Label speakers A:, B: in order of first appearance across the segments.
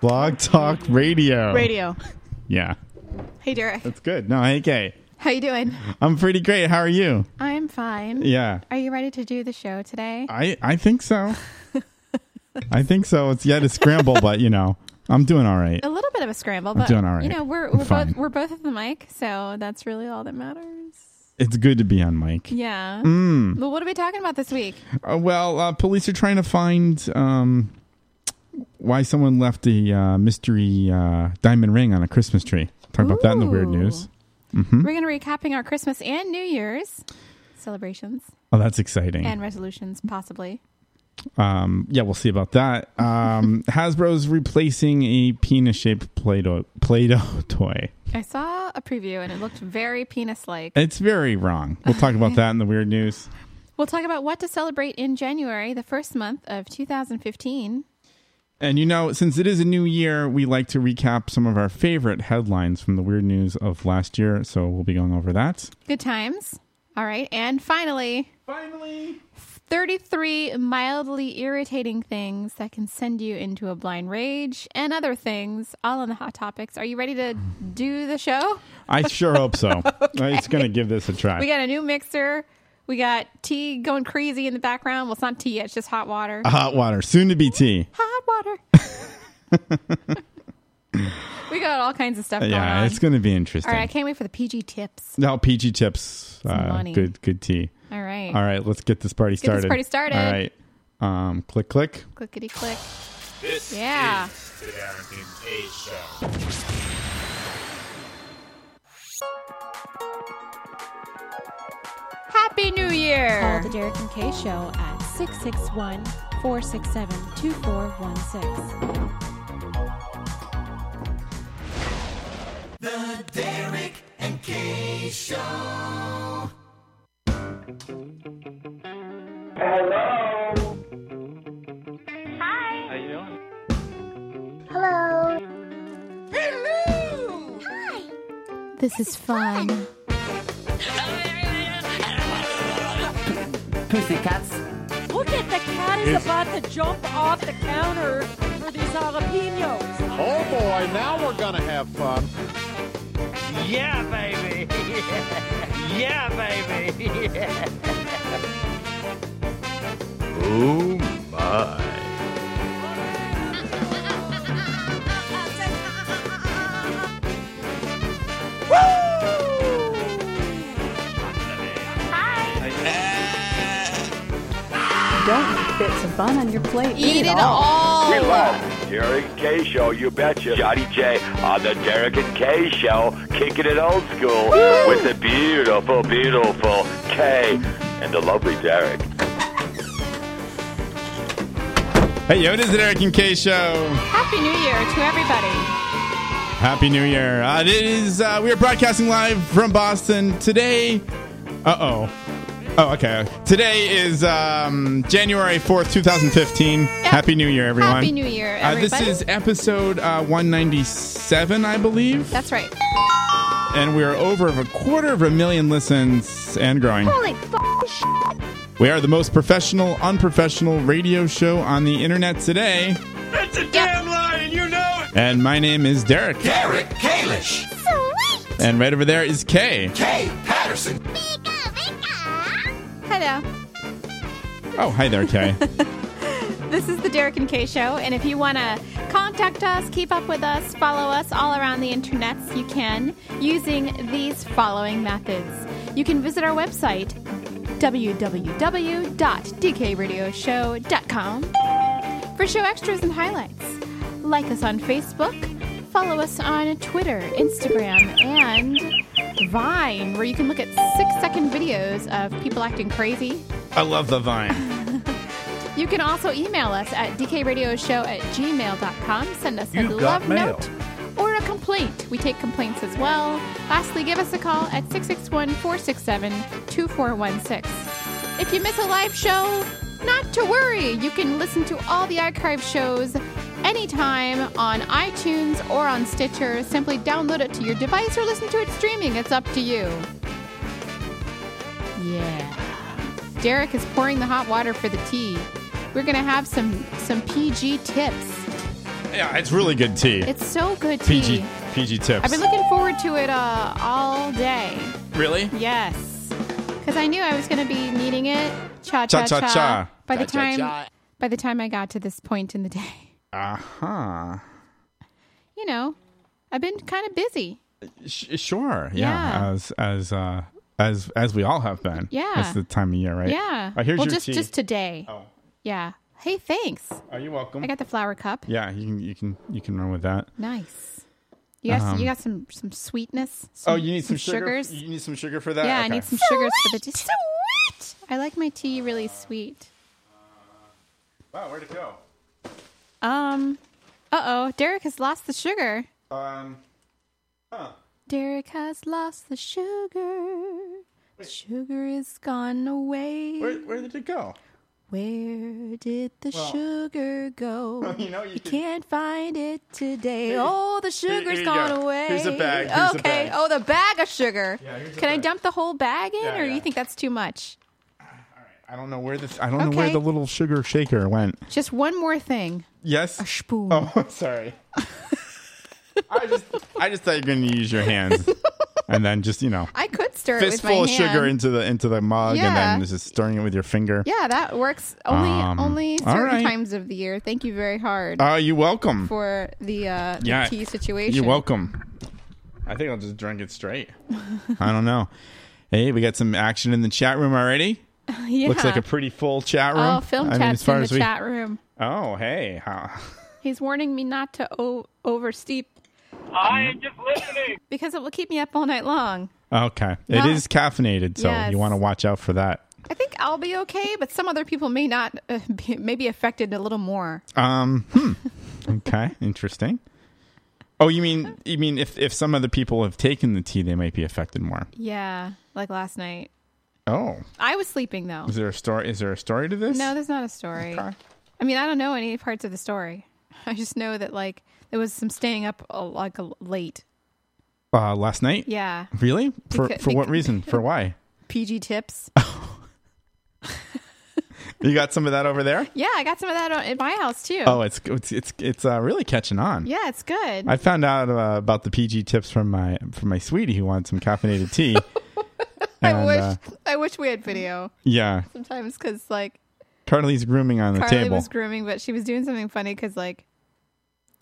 A: Blog Talk Radio.
B: Radio.
A: Yeah,
B: Hey, Derek.
A: Oh. that's good. No, hey, Kay.
B: How you doing?
A: I'm pretty great. How are you?
B: I'm fine.
A: Yeah, Uh,
B: Are you ready to do the show today?
A: I I think so. I think so. It's yet a scramble, but you know, I'm doing all right.
B: A little bit of a scramble, but
A: doing all right.
B: you know we're
A: I'm
B: we're
A: fine.
B: both we're both at the mic, so that's really all that matters.
A: It's good to be on mic.
B: Yeah.
A: Mm.
B: Well, what are we talking about this week?
A: Uh, well, uh, police are trying to find um, why someone left a uh, mystery uh, diamond ring on a Christmas tree. Talk about that in the weird
B: Ooh.
A: news. Mm-hmm.
B: We're going to be recapping our Christmas and New Year's celebrations
A: Oh, that's exciting.
B: and resolutions, possibly.
A: Um, yeah, we'll see about that. Um, Hasbro's replacing a penis-shaped Play-Doh Play-Doh toy.
B: I saw a preview and it looked very penis-like.
A: It's very wrong. We'll talk about that in the weird news.
B: We'll talk about what to celebrate in January, the first month of 2015.
A: And you know, since it is a new year, we like to recap some of our favorite headlines from the weird news of last year. So we'll be going over that.
B: Good times. All right, and finally,
A: Finally,
B: 33 mildly irritating things that can send you into a blind rage and other things, all on the hot topics. Are you ready to do the show?
A: I sure hope so. It's going to give this a try.
B: We got a new mixer. We got tea going crazy in the background. Well, it's not tea yet, it's just hot water.
A: Hot water, soon to be tea.
B: hot water. we got all kinds of stuff going
A: yeah,
B: on.
A: it's going to be
B: Uh-huh. all
A: interesting.
B: right, I can't wait for the PG tips.
A: Now, PG tips. Uh,
B: money.
A: good, good tea.
B: All right.
A: All right, let's get this party
B: get this
A: started.
B: party started.
A: All right, um, click, click.
B: Clickety click. yeah. Happy New
C: Call
B: Year.
C: the Derek and Kay Show at 661 467 2416.
D: Hello. Hi. Hello. Hello. Hi.
B: This is fun.
E: Pussycats.
C: Look at the cat is about to jump off the counter for these jalapenos.
F: Oh boy, now we're gonna have fun.
G: Yeah, baby. yeah, baby.
F: Oh my.
H: Don't fit some bun on your plate.
B: Eat it all.
I: We love Derek and Kay Show, you betcha. Johnny J on the Derek and Kay Show, kicking it old school with the beautiful, beautiful Kay and the lovely Derek.
A: Hey, yo, it is the Derek and Kay Show.
B: Happy New Year to everybody.
A: Happy New Year. Uh, it is, uh, we are broadcasting live from Boston today. Uh oh. Oh, okay. Today is um, January 4th, 2015. Happy New Year, everyone.
B: Happy New Year,
A: Uh, this
B: everybody.
A: is episode uh, 197, I believe.
B: That's right.
A: and we are over a quarter of a million listens and growing.
D: Holy f- shit.
A: We are the most professional, unprofessional radio show on the internet today.
G: That's a damn lie, and you know it.
A: And my name is Derek.
I: Derek Kalish,
D: Sweet.
A: And right over there is Kay.
I: Kay Patterson.
D: Bika, bika.
B: Hello.
A: Oh, hi there, Kay.
B: This is the Derek and Kay Show, and if you want to contact us, keep up with us, follow us all around the internets, you can using these following methods. You can visit our website, www.dkradioshow.com, for show extras and highlights. Like us on Facebook, follow us on Twitter, Instagram, and Vine, where you can look at six second videos of people acting crazy,
A: I love the vine.
B: you can also email us at dkradioshow at gmail.com. Send us a love note or a complaint. We take complaints as well. Lastly, give us a call at 661 467 2416. If you miss a live show, not to worry. You can listen to all the archive shows anytime on iTunes or on Stitcher. Simply download it to your device or listen to it streaming. It's up to you. Yeah. Derek is pouring the hot water for the tea. We're gonna have some some PG tips.
A: Yeah, it's really good tea.
B: It's so good tea.
A: PG PG tips.
B: I've been looking forward to it uh, all day.
A: really?
B: Yes, because I knew I was going to be needing it. Cha cha cha.
A: Cha-cha-cha.
B: By the time by the time I got to this point in the day,
A: Uh huh.
B: you know, I've been kind of busy.
A: Sh- sure. Yeah.
B: Yeah.
A: As as uh as as we all have been.
B: Yeah.
A: That's the time of year, right?
B: Yeah.
A: Uh, here's
B: well,
A: your
B: just
A: tea.
B: just today.
A: Oh.
B: Yeah. Hey, thanks.
A: Are you Oh, welcome?
B: I got the flower cup.
A: yeah, you can you can you can run with that.
B: Nice. You got you got some some sweetness. Some,
A: Um, Oh, you need some, sugar.
B: sugars.
A: You need some sugar for that.
B: yeah, I
A: Okay.
B: need some sugars for the tea. Sweet. I like my tea really sweet.
A: Wow, where'd it go?
B: Um. Uh oh, Derek has lost the sugar.
A: Um. Huh.
B: Derek has lost the sugar. The Sugar is gone away.
A: Where where did it go?
B: Where did the
A: Well-
B: sugar go?
A: You know you could-
B: can't find it today. oh, the sugar's
A: here you
B: gone
A: go.
B: away.
A: Here's a bag. Here's a
B: okay.
A: bag.
B: Oh, the bag of sugar.
A: Yeah, here's a
B: Can I
A: bag.
B: dump the whole bag in,
A: Yeah,
B: or
A: yeah.
B: you think that's too much?
A: I don't know where this. I don't know where
B: Okay.
A: the little sugar shaker went.
B: Just one more thing.
A: Yes.
B: A spoon.
A: Oh, sorry. I just I just thought you're going to use your hands, and then just you know,
B: I could stir it with my
A: fistful of
B: hand.
A: sugar into the into the mug, and
B: Yeah.
A: then just stirring it with your finger.
B: yeah, that works only
A: Um,
B: only
A: all
B: certain
A: right.
B: times of the year. Thank you very hard
A: Uh, you're welcome.
B: for the, uh, the
A: Yeah,
B: tea situation.
A: You're welcome. I think I'll just drink it straight. I don't know. Hey, we got some action in the chat room already.
B: Yeah.
A: Looks like a pretty full chat room.
B: oh, film
A: I
B: chat's
A: mean, as far
B: in the
A: as we-
B: chat room.
A: Oh, hey. Huh.
B: He's warning me not to o- oversteep
G: I am just listening.
B: because it will keep me up all night long.
A: Okay.
B: Well-
A: it is caffeinated, so
B: Yes.
A: you want to watch out for that.
B: I think I'll be okay, but some other people may not uh, be, may be affected a little more.
A: Um. Hmm. okay. Interesting. Oh, you mean you mean if if some other people have taken the tea, they might be affected more.
B: Yeah, like last night.
A: Oh,
B: I was sleeping though.
A: is there a story? Is there a story to this?
B: No, there's not a story.
A: Okay.
B: I mean, I don't know any parts of the story. I just know that like there was some staying up uh, like uh, late.
A: Uh, last night.
B: Yeah,
A: Really? For
B: Becau-
A: for what
B: becau-
A: reason? For why?
B: PG tips.
A: You got some of that over there?
B: yeah, I got some of that on- at my house too.
A: Oh, it's it's it's it's uh, really catching on.
B: Yeah, it's good.
A: I found out uh, about the PG tips from my from my sweetie who wanted some caffeinated tea.
B: I wish
A: uh,
B: I wish we had video
A: yeah,
B: sometimes because like
A: Carly's grooming on the
B: Carly
A: table.
B: was grooming, but she was doing something funny because, like,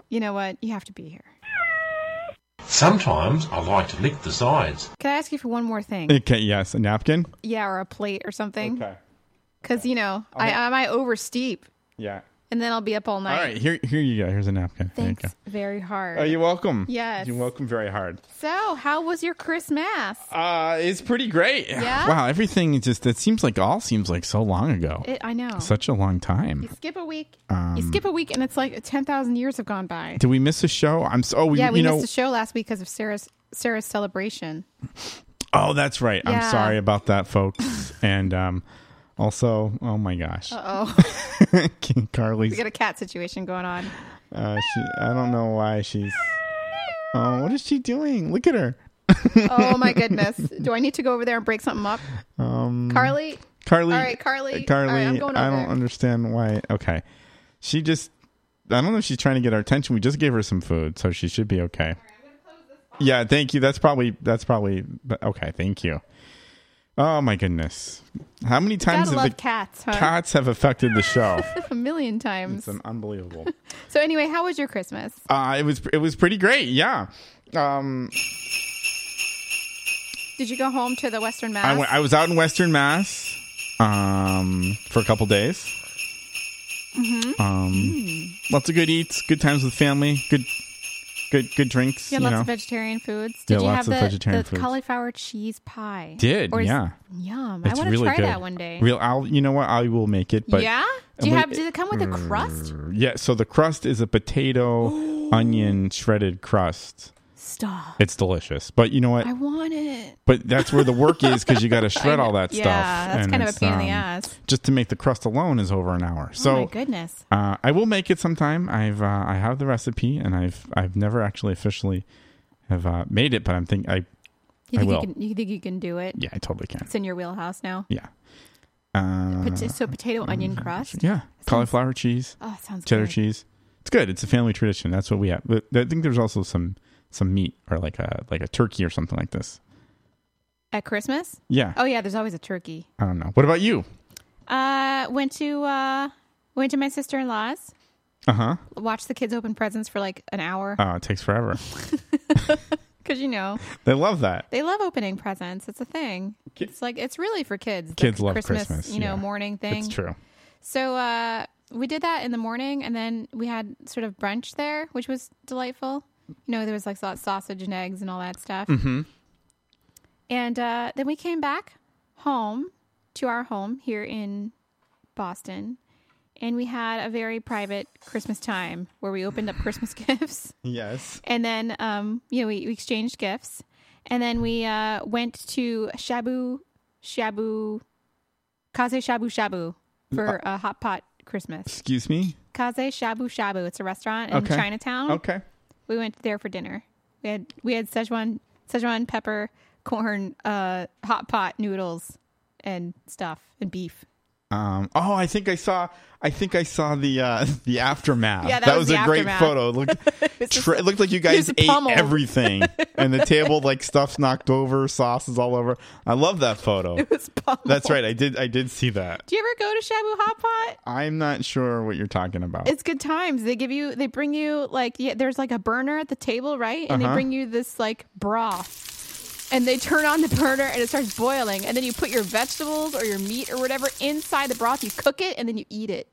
B: you know what? You have to be here.
E: Sometimes I like to lick the sides.
B: Can I ask you for one more thing?
A: okay, yes, a napkin.
B: yeah, or a plate or something. Because you know, I, I might oversteep,
A: Yeah.
B: and then I'll be up all night.
A: All right, here here you go. Here's a napkin. There you go.
B: Thanks very hard.
A: Oh, you're welcome.
B: Yes.
A: You're welcome very hard.
B: so, how was your Christmas?
A: Uh, it's pretty great.
B: Yeah?
A: Wow, everything is just, it seems like all seems like so long ago.
B: It, I know.
A: Such a long time.
B: you skip a week.
A: um,
B: you skip a week, and it's like ten thousand years have gone by.
A: Did we miss a show? I'm so, oh, we,
B: yeah, we
A: you know,
B: missed a show last week because of Sarah's Sarah's celebration.
A: oh, that's right. I'm
B: Yeah.
A: sorry about that, folks. and, um, also, oh my gosh,
B: Oh, we
A: Carly's,
B: got a cat situation going on.
A: uh, she, I don't know why she's, oh, what is she doing? Look at her.
B: Oh my goodness! Do I need to go over there and break something up? Um, Carly,
A: Carly. uh,
B: All right, Carly.
A: Carly.
B: All right, I'm going
A: I
B: over
A: don't
B: there.
A: understand why. Okay, she just. I don't know if she's trying to get our attention. We just gave her some food, so she should be okay. Yeah, thank you. That's probably that's probably but- okay. Thank you. Oh my goodness, how many times
B: gotta
A: have
B: love
A: the
B: cats, huh?
A: cats have affected the show?
B: A million times.
A: it's un- unbelievable.
B: So anyway, how was your Christmas?
A: Uh, it was it was pretty great. Yeah, um,
B: Did you go home to the Western Mass?
A: I went- I was out in Western Mass um, for a couple days.
B: Mm-hmm.
A: Um,
B: Hmm.
A: Lots of good eats, good times with family, good, good, good drinks.
B: you
A: You,
B: had lots
A: know,
B: of vegetarian foods.
A: Yeah,
B: Did you
A: lots
B: have
A: of
B: the,
A: vegetarian
B: the
A: foods.
B: cauliflower cheese pie?
A: Did,
B: is-
A: yeah.
B: Yum!
A: It's
B: I want to
A: really
B: try
A: good.
B: that one day.
A: Real, I'll, you know what? I will make it. But Mm.
B: yeah? Do
A: I'm
B: you
A: gonna-
B: have? Did it come with a crust?
A: yeah. So the crust is a potato, onion, shredded crust.
B: Stop!
A: It's delicious. But you know what?
B: I want it.
A: but that's where the work is because you got to shred all that
B: Yeah,
A: stuff.
B: that's
A: and
B: kind of a
A: it's,
B: pain in the
A: um,
B: ass.
A: Just to make the crust alone is over an hour. So
B: oh my goodness!
A: Uh, I will make it sometime. I've uh, I have the recipe, and I've I've never actually officially have uh, made it, but I'm think I I
B: You think
A: will.
B: you can? You think you can do it?
A: yeah I totally can.
B: It's in your wheelhouse now.
A: Yeah, uh,
B: Pot- so potato onion crust.
A: mm, yeah, cauliflower cheese,
B: Oh, it sounds
A: cheddar
B: good.
A: cheese, It's good. It's a family tradition. That's what we have. But I think there's also some some meat or like a like a turkey or something like this.
B: At Christmas?
A: Yeah.
B: Oh yeah, there's always a turkey.
A: I don't know. What about you?
B: Uh, went to uh, went to my sister in law's.
A: Uh huh.
B: Watched the kids open presents for like an hour
A: Oh, it takes forever.
B: because you know
A: they love that.
B: they love opening presents. It's a thing.
A: Ki-
B: It's like it's really for kids. the
A: Kids love Christmas,
B: You know,
A: yeah.
B: morning thing.
A: It's true.
B: So uh, we did that in the morning, and then we had sort of brunch there, which was delightful. You know, there was like a lot of sausage and eggs and all that stuff. Mm-hmm. And uh, then we came back home to our home here in Boston, and we had a very private Christmas time where we opened up Christmas gifts.
A: Yes.
B: And then, um, you know, we, we exchanged gifts. And then we uh, went to Shabu Shabu Kaze Shabu Shabu for
A: Uh,
B: a hot pot Christmas.
A: Excuse me.
B: Kaze Shabu Shabu. It's a restaurant in
A: Okay.
B: Chinatown.
A: Okay.
B: We went there for dinner. We had we had Szechuan Szechuan pepper corn uh, hot pot noodles and stuff and beef.
A: Um, oh, I think I saw. I think I saw the uh, the aftermath.
B: Yeah, that
A: that was,
B: was the
A: a great
B: aftermath.
A: photo. It looked, tra- it looked like you guys
B: just
A: ate
B: pummeled.
A: everything, and the table like stuff's knocked over, sauces all over. I love that photo.
B: It's pummeled.
A: That's right. I did. I did see that.
B: Do you ever go to Shabu Hot Pot?
A: I'm not sure what you're talking about.
B: it's good times. They give you, they bring you like, yeah, there's like a burner at the table, right? And
A: Uh-huh.
B: they bring you this like broth. And they turn on the burner and it starts boiling. And then you put your vegetables or your meat or whatever inside the broth. You cook it and then you eat it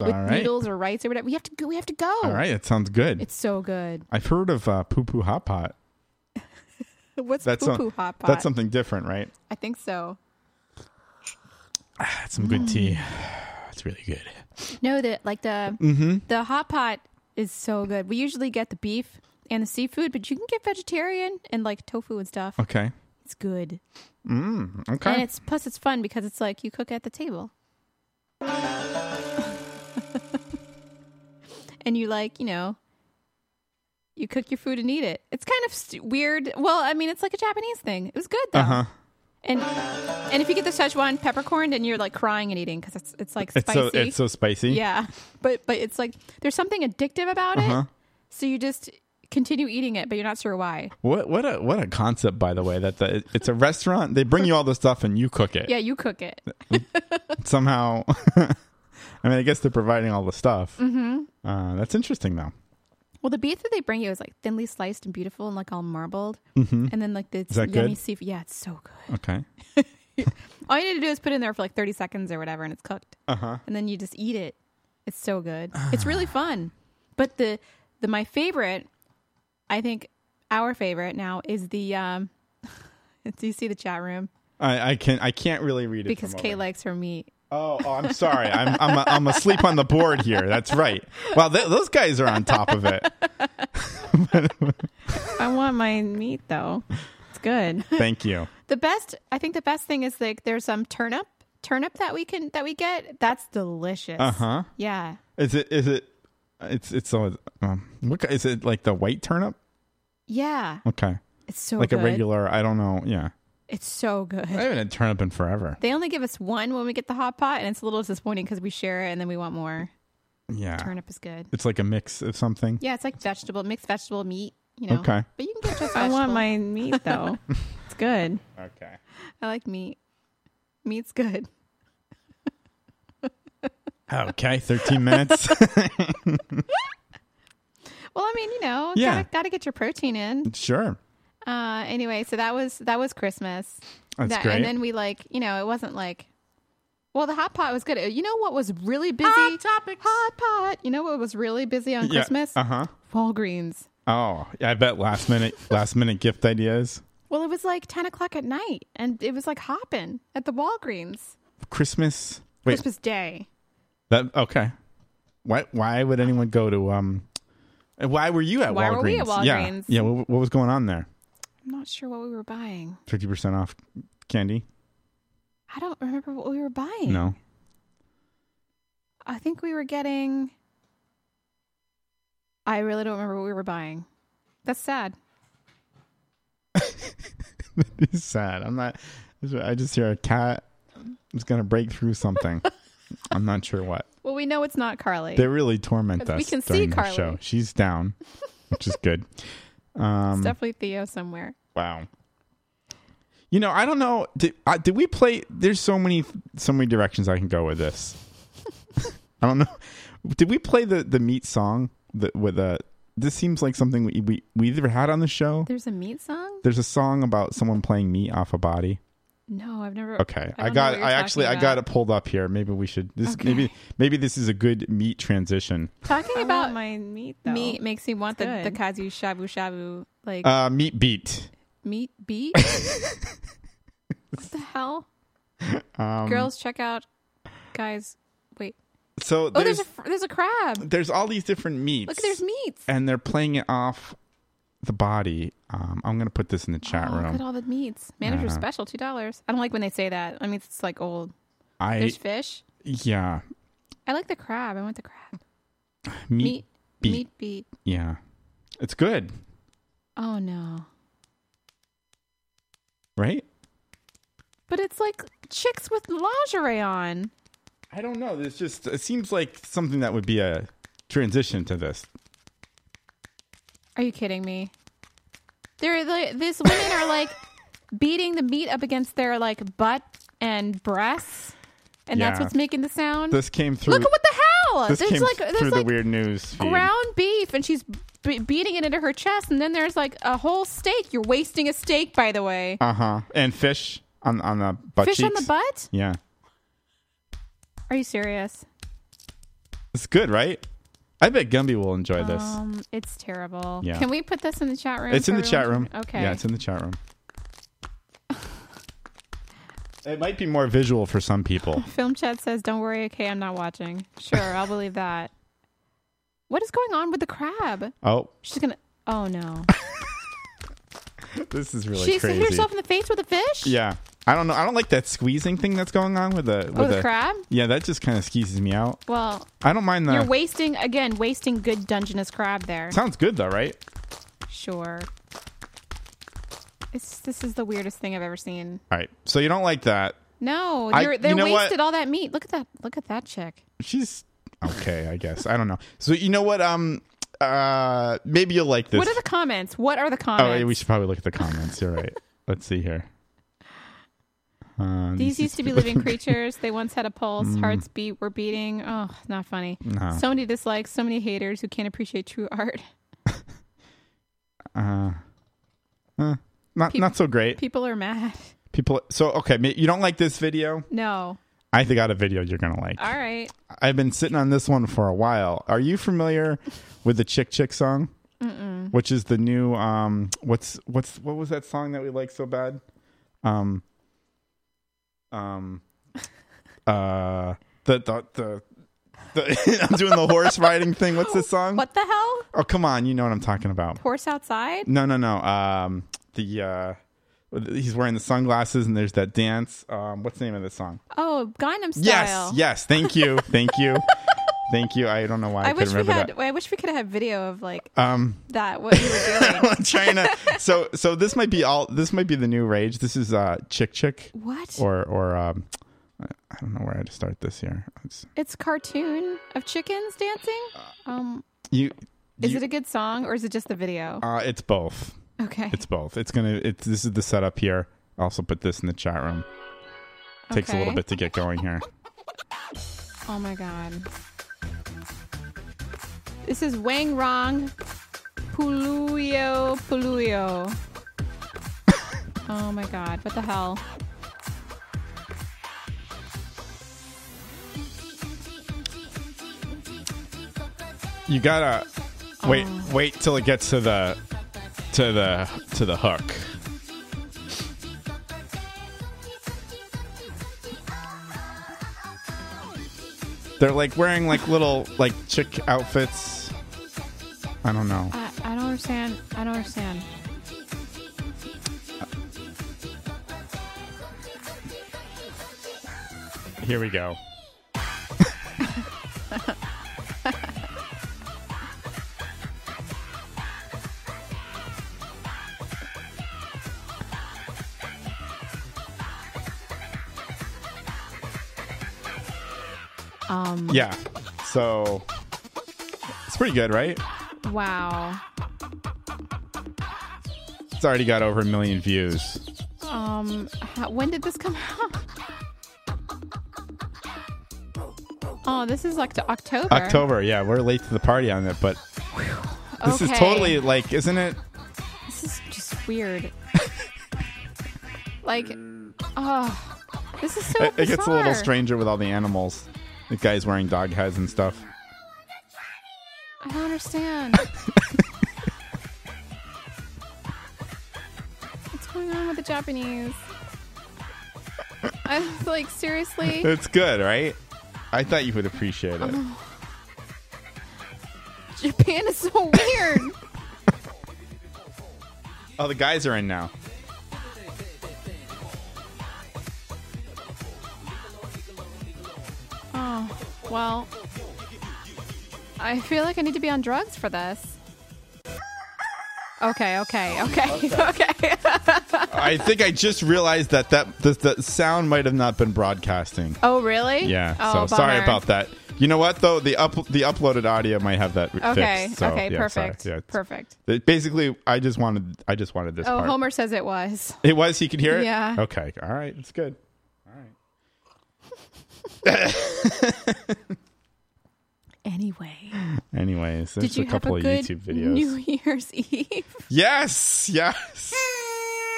A: all
B: with
A: right.
B: noodles or rice or whatever. We have to go. We have to go.
A: All right. It sounds good.
B: It's so good.
A: I've heard of uh, poo poo hot pot.
B: What's
A: That's
B: poo
A: some-
B: poo hot pot?
A: That's something different, right?
B: I think so.
A: That's some
B: Mm.
A: good tea. It's really good.
B: No, the like the
A: Mm-hmm.
B: the hot pot is so good. We usually get the beef and the seafood, but you can get vegetarian and like tofu and stuff.
A: Okay.
B: It's good.
A: Okay.
B: And it's plus it's fun because it's like you cook at the table. and you like, you know, you cook your food and eat it. It's kind of st- weird. Well, I mean, it's like a Japanese thing. It was good though.
A: uh-huh.
B: And and if you get the Szechuan peppercorn, then you're like crying and eating because it's it's like
A: It's so
B: spicy.
A: it's so spicy.
B: yeah, but but it's like there's something addictive about
A: Uh-huh.
B: it. So you just continue eating it, but you're not sure why.
A: What what a what a concept by the way that the, it's a restaurant they bring you all the stuff and you cook it
B: Yeah, you cook it.
A: somehow. I mean, I guess they're providing all the stuff. Mm-hmm. Uh, that's interesting though.
B: Well, the beef that they bring you is like thinly sliced and beautiful and like all marbled. Mm-hmm. And then like the
A: that
B: yummy
A: good?
B: seafood. Yeah, it's so good.
A: Okay.
B: All you need to do is put it in there for like 30 seconds or whatever and it's cooked. Uh-huh. And then you just eat it. It's so good. It's really fun. But the the my favorite, I think our favorite now is the um do you see the chat room?
A: I, I can I can't really read it
B: Because
A: from
B: Kay
A: over.
B: likes her meat.
A: Oh, oh, I'm sorry. I'm I'm I'm asleep on the board here. That's right. Wow, th- those guys are on top of it.
B: I want my meat though. It's good.
A: Thank you.
B: The best, I think, the best thing is like there's some turnip, turnip that we can that we get. That's delicious. Uh
A: Uh-huh.
B: Yeah.
A: Is it is it it's it's so um what ki- is it like the white turnip?
B: Yeah.
A: Okay.
B: It's so
A: like
B: good.
A: a regular I don't know, yeah.
B: It's
A: I
B: so good.
A: haven't had turnip in forever.
B: They only give us one when we get the hot pot, and it's a little disappointing because we share it and then we want more.
A: Yeah.
B: Turnip is good.
A: It's like a mix of something.
B: Yeah, it's like vegetable, mixed vegetable meat. You know.
A: Okay.
B: But you can get just. I want my meat though. it's good.
A: Okay.
B: I like meat. Meat's good.
A: Okay, 13 minutes.
B: Well, I mean, you know,
A: Yeah.
B: gotta, gotta get your protein in.
A: sure.
B: Uh, anyway, so that was that was Christmas.
A: That's
B: that,
A: great.
B: And then we like, you know, it wasn't like, well, the hot pot was good. You know what was really busy?
C: Hot topics.
B: Hot pot. You know what was really busy on Christmas?
A: Uh-huh.
B: Walgreens.
A: Oh, yeah, I bet last minute last minute gift ideas.
B: Well, it was like ten o'clock at night, and it was like hopping at the Walgreens
A: Christmas. Wait.
B: Christmas Day.
A: That okay. Why why would anyone go to um why were you at
B: Why
A: Walgreens?
B: were we at
A: Yeah.
B: Walgreens?
A: Yeah, what, what was going on there?
B: I'm not sure what we were buying.
A: 50% off candy?
B: I don't remember what we were buying.
A: No.
B: I think we were getting. I really don't remember what we were buying. That's sad.
A: It's sad. I'm not. I just hear a cat is going to break through something. I'm not sure what.
B: Well, Well, we know it's not Carly.
A: They really torment
B: 'Cause
A: us.
B: we can see
A: during the
B: Carly.
A: show. She's down, which is good. Um,
B: it's definitely Theo somewhere.
A: Wow. You know, I don't know. Did, uh, did we play? There's so many, so many directions I can go with this. I don't know. Did we play the the meat song that with a? This seems like something we, we we either had on the show.
B: There's a meat song?
A: There's a song about someone playing meat off a body.
B: No, I've never.
A: Okay, I,
B: don't know
A: got.
B: what you're
A: I actually
B: talking
A: I got
B: about.
A: it pulled up here. Maybe we should. This
B: Okay.
A: maybe maybe this is a good meat transition.
B: Talking about
C: my meat though.
B: meat makes me want the,
C: It's
B: the
C: good.
B: kazu shabu shabu like
A: Uh, meat beat.
B: meat beat. what the hell?
A: Um,
B: Girls, check out. Guys, wait.
A: So
B: Oh,
A: there's
B: there's, a fr- there's a crab.
A: there's all these different meats.
B: Look, there's meats.
A: and they're playing it off the body. Um, I'm gonna put this in the chat
B: Oh, look at
A: room.
B: all the meats. Manager special, two dollars. I don't like when they say that. I mean, it's like old.
A: I
B: There's fish.
A: yeah,
B: I like the crab. I want the crab.
A: meat,
B: Meat,
A: beat.
B: meat beat.
A: Yeah, it's good,
B: Oh no!
A: right?
B: But it's like chicks with lingerie on.
A: I don't know. This just it seems like something that would be a transition to this.
B: Are you kidding me? They're like, these women are like beating the meat up against their like butt and breasts, and that's
A: Yeah.
B: what's making the sound.
A: This came through.
B: Look at what the hell!
A: this
B: there's
A: came
B: like
A: through
B: there's
A: the
B: like
A: weird news feed.
B: ground beef, and she's be- beating it into her chest, and then there's like a whole steak. You're wasting a steak, by the way.
A: Uh huh. And fish on on the butt.
B: Fish on
A: cheeks.
B: the butt?
A: Yeah,
B: Are you serious?
A: it's good, right? I bet Gumby will enjoy this.
B: Um, it's terrible.
A: Yeah.
B: Can we put this in the chat room?
A: It's in
B: for
A: the chat room.
B: everyone to- Okay.
A: Yeah, it's in the chat room. it might be more visual for some people.
B: Film chat says, "Don't worry, okay, I'm not watching." Sure, I'll believe that. What is going on with the crab?
A: Oh,
B: She's gonna. Oh no!
A: this is really
B: she
A: crazy.
B: hit herself in the face with a fish.
A: yeah, I don't know. I don't like that squeezing thing that's going on with the with
B: Oh, the crab.
A: Yeah, that just kind of skeezes me out.
B: Well,
A: I don't mind
B: you're
A: the.
B: wasting again, wasting good Dungeness crab there.
A: Sounds good though, right?
B: Sure. It's, this is the weirdest thing I've ever seen.
A: All right. So you don't like that?
B: No,
A: I-
B: you're,
A: you
B: they
A: know what?
B: wasted all that meat. Look at that! Look at that chick.
A: She's okay, I guess. I don't know. So you know what? Um, uh, maybe you'll like this.
B: What are the comments? What are the
A: oh,
B: comments?
A: yeah, we should probably look at the comments. You're right. Let's see here. Um,
B: These used to be living creatures. They once had a pulse. Hearts
A: Mm-hmm.
B: beat. Were beating. Oh, not funny.
A: No.
B: So many dislikes. So many haters who can't appreciate true art.
A: uh, uh, not
B: Peop-
A: not so great.
B: People are mad.
A: People. So okay, ma- you don't like this video?
B: No.
A: I think I got a video you're gonna like.
B: All right.
A: I've been sitting on this one for a while. Are you familiar with the Chick Chick song? Which is the new um what's what's what was that song that we like so bad? Um um uh the the the, the I'm doing the horse riding thing. What's this song?
B: What the hell?
A: Oh come on, you know what I'm talking about.
B: Horse outside?
A: No, no, no. Um the uh he's wearing the sunglasses and there's that dance. Um what's the name of the song?
B: Oh, Gangnam
A: Yes,
B: style.
A: yes. Thank you, thank you, thank you. I don't know why I,
B: I,
A: couldn't
B: wish we
A: remember
B: had.
A: that.
B: I wish we could have video of like
A: Um,
B: that. What you were doing?
A: I'm trying to. So, so this might be all. This might be the new rage. This is uh, chick chick,
B: what?
A: or or um, I don't know where I'd start this here. It's-
B: it's cartoon of chickens dancing. Um,
A: you,
B: is
A: Uh, you-
B: it a good song or is it just the video?
A: uh, it's both.
B: Okay.
A: It's both. It's gonna. It's this is the setup here. I also put this in the chat room. Takes a little
B: Okay.
A: bit to get going here.
B: Oh my god. This is Wang Rong Puluyo Puluyo. oh my god, what the hell?
A: You gotta wait. Wait till it gets to the to the to the hook. They're like wearing like little like chick outfits. I don't know.
B: I, I don't understand. I don't understand.
A: Here we go.
B: Um,
A: Yeah. So it's pretty good, right?
B: Wow.
A: It's already got over a million views.
B: Um, how, when did this come out? Oh, this is like to October.
A: October, yeah, we're late to the party on it, but this
B: Okay.
A: is totally like, isn't it?
B: This is just weird. like, oh, this is so.
A: It, it gets a little
B: bizarre.
A: stranger with all the animals. The guy's wearing dog heads and stuff.
B: I don't understand. What's going on with the Japanese? I was like, seriously?
A: It's good, right? I thought you would appreciate it.
B: Oh. Japan is so weird.
A: Oh, the guys are in now.
B: Oh, well. I feel like I need to be on drugs for this. Okay, okay, okay, okay.
A: I think I just realized that that the, the sound might have not been broadcasting.
B: oh, really?
A: Yeah, so
B: Oh,
A: sorry
B: bummer.
A: about that. You know what though? The up the uploaded audio might have that. re-
B: Okay,
A: fixed, so,
B: okay,
A: yeah, sorry.
B: perfect.
A: Yeah, it's-
B: perfect.
A: it- basically, I just wanted I just wanted this
B: Oh,
A: part.
B: Homer says it was.
A: It was. He could hear it.
B: Yeah.
A: Okay. All right. It's good.
B: Anyway,
A: Anyways, there's
B: did you
A: a couple
B: have a
A: of
B: good
A: YouTube videos.
B: New Year's Eve?
A: yes. Yes.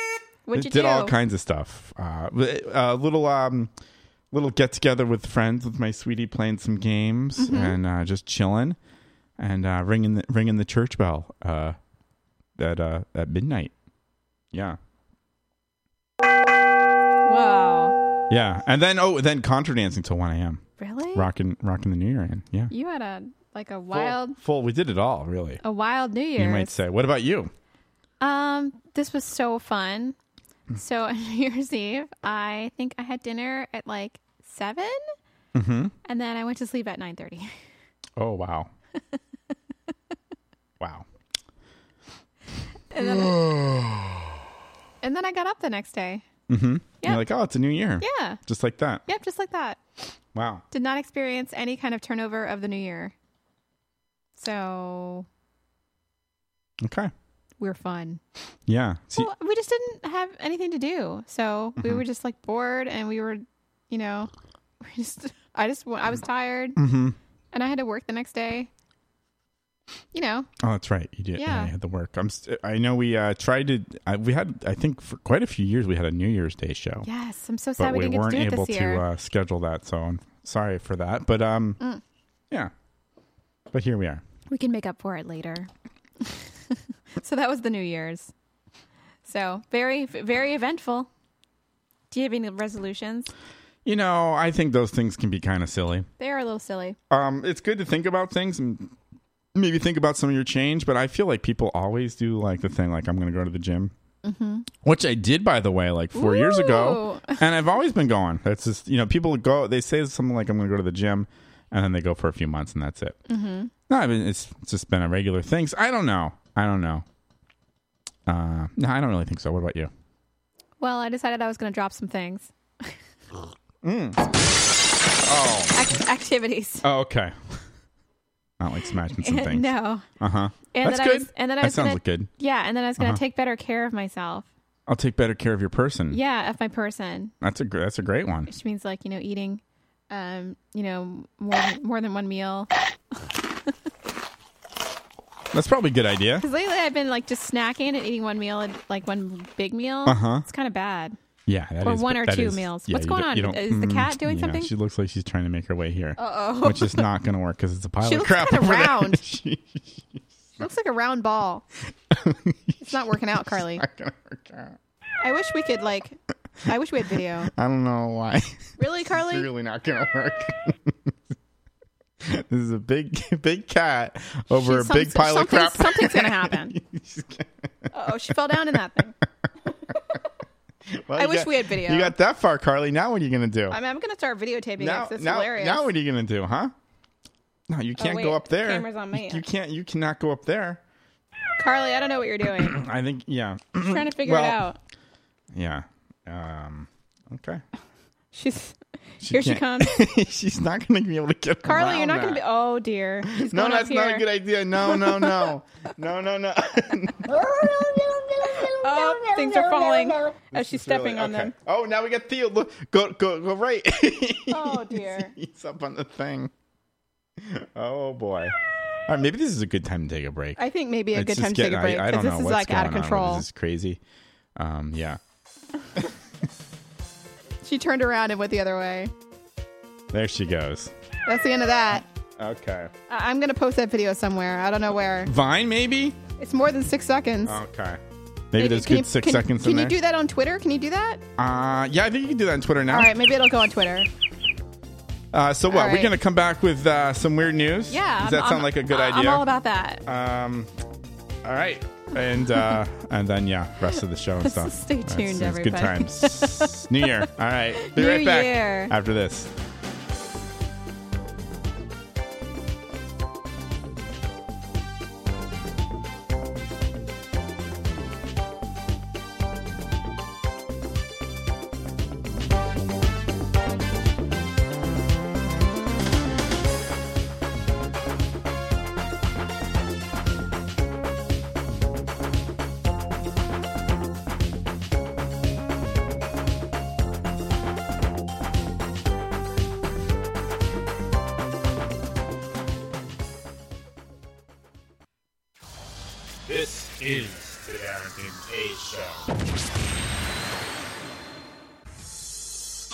B: What'd you
A: did
B: do?
A: all kinds of stuff. Uh, a little um, little get together with friends with my sweetie, playing some games
B: Mm-hmm.
A: and uh, just chilling, and uh, ringing the ringing the church bell uh, at uh, at midnight. Yeah,
B: Wow.
A: yeah, and then oh, then contra dancing till one a.m.
B: Really?
A: Rocking rocking the New Year in. Yeah,
B: You had a like a wild Oh,
A: full, full. We did it all, really.
B: a wild New Year's.
A: You might say. What about you?
B: Um, this was so fun. So on New Year's Eve, I think I had dinner at like 7 and then I went to sleep at nine thirty.
A: Oh wow, wow.
B: And then, and then I got up the next day. Yeah.
A: You're like, oh, it's a new year.
B: Yeah,
A: Just like that.
B: yep, just like that.
A: Wow.
B: Did not experience any kind of turnover of the new year. So
A: Okay.
B: we're fun.
A: Yeah. See,
B: Well, we just didn't have anything to do, so we were just like bored, and we were, you know, we just I just I was tired,
A: Mhm.
B: and I had to work the next day. You know,
A: Oh, that's right. You did. Yeah,
B: Yeah.
A: you had the work. I'm. St- I know we uh, tried to. I, we had. I think for quite a few years we had a New Year's Day show,
B: yes, I'm so
A: but
B: sad we,
A: we,
B: didn't get
A: weren't
B: to do it
A: able
B: this year. Mm.
A: to uh, schedule that. So I'm sorry for that. But um, yeah. But here we are.
B: we can make up for it later. so that was the New Year's. So very very eventful. Do you have any resolutions?
A: You know, I think those things can be kind of silly.
B: They are a little silly.
A: Um, it's good to think about things and maybe think about some of your change. But I feel like people always do like the thing like I'm going to go to the gym, which I did by the way like four years ago,
B: Mm-hmm. Ooh.
A: and I've always been going. That's just you know people go they say something like I'm going to go to the gym, and then they go for a few months and that's it. Mm-hmm. No, I mean it's it's just been a regular thing. So I don't know. I don't know. Uh, no, I don't really think so. What about you?
B: Well, I decided I was going to drop some things.
A: Mm. Oh,
B: Act- activities.
A: oh okay. Not like smashing some things.
B: no.
A: Uh huh.
B: And
A: That's
B: then I
A: good.
B: was- and then I
A: that
B: was
A: sounds
B: gonna-
A: like good.
B: Yeah, and then I was going to
A: Uh-huh.
B: take better care of myself.
A: I'll take better care of your person.
B: Yeah, of my person,
A: That's a gr- that's a great one.
B: which means like you know eating, um, you know more more than one meal.
A: That's probably a good idea.
B: Because lately I've been like just snacking and eating one meal and like one big meal.
A: Uh-huh.
B: It's kind of bad.
A: Yeah, that
B: Or
A: is-
B: one or
A: that
B: two
A: is-
B: meals.
A: yeah,
B: What's
A: you
B: going
A: don't- you
B: on?
A: don't- mm,
B: Is the cat doing
A: yeah,
B: something?
A: She looks like she's trying to make her way here,
B: Uh
A: which is not going to work because it's a pile
B: She
A: of
B: looks
A: crap.
B: kinda
A: over there.
B: round.
A: She-
B: Looks like a round ball. it's not working out, Carly.
A: not gonna work out.
B: I wish we could like. I wish we had video.
A: I don't know why.
B: Really, Carly?
A: it's really not going to work. this is a big big cat over
B: She's
A: a big
B: some-
A: pile of
B: something-
A: crap.
B: Something's gonna happen.
A: She's gonna-
B: Oh, she fell down in that thing.
A: Well,
B: I
A: you
B: wish
A: got-
B: we had video.
A: You got that far, Carly. Now what are you going to do?
B: I mean, I'm gonna start videotaping it. 'cause It's
A: now,
B: hilarious. Oh,
A: Now what are you gonna do, huh? No, you can't go
B: wait,
A: up there.
B: camera's on me.
A: You, you can't. You cannot go up there.
B: Carly, I don't know what you're doing.
A: I think. Yeah.
B: I'm trying to figure
A: Well-
B: it out.
A: yeah. Um. Okay.
B: She's here. She
A: can't-
B: comes.
A: She's not going to be able to get
B: Carly,
A: around
B: you're not going to be.
A: that.
B: Oh dear. She's
A: No,
B: going
A: that's
B: up here.
A: not a good idea. No, no, no. no, no, no.
B: Oh, things are falling as she's stepping
A: Really?
B: on
A: Okay.
B: them.
A: Oh, now we got Theo. Look, go, go, go right.
B: Oh dear.
A: He's up on the thing. Oh boy. All right, maybe this is a good time to take a break.
B: I think maybe a
A: It's
B: good
A: just
B: time to take a
A: getting-
B: break
A: I, I don't
B: because
A: know
B: this is
A: what's
B: like out of
A: going on with
B: control.
A: This This is crazy. Um, yeah.
B: She turned around and went the other way.
A: There she goes.
B: That's the end of that.
A: Okay.
B: I- I'm going to post that video somewhere. I don't know where.
A: Vine, maybe.
B: It's more than six seconds.
A: Okay. Oh, Maybe, there's
B: can
A: good
B: you-
A: six
B: can-
A: seconds
B: Can
A: in
B: you
A: there.
B: do that on Twitter? Can you do that?
A: uh, yeah, I think you can do that on Twitter now.
B: All right, maybe it'll go on Twitter.
A: Uh, so what?
B: All
A: We're
B: right.
A: gonna come back with uh, some weird news.
B: Yeah.
A: Does
B: I'm-
A: that sound
B: I'm-
A: like a good
B: I-
A: idea?
B: I'm all about that.
A: Um, all right, and uh, and then yeah, rest of the show and stuff.
B: Stay
A: That's-
B: tuned,
A: that's Good
B: everybody.
A: times. New year. All right, be
B: New
A: right back
B: year.
A: after this.
J: This is the Darrington K Show.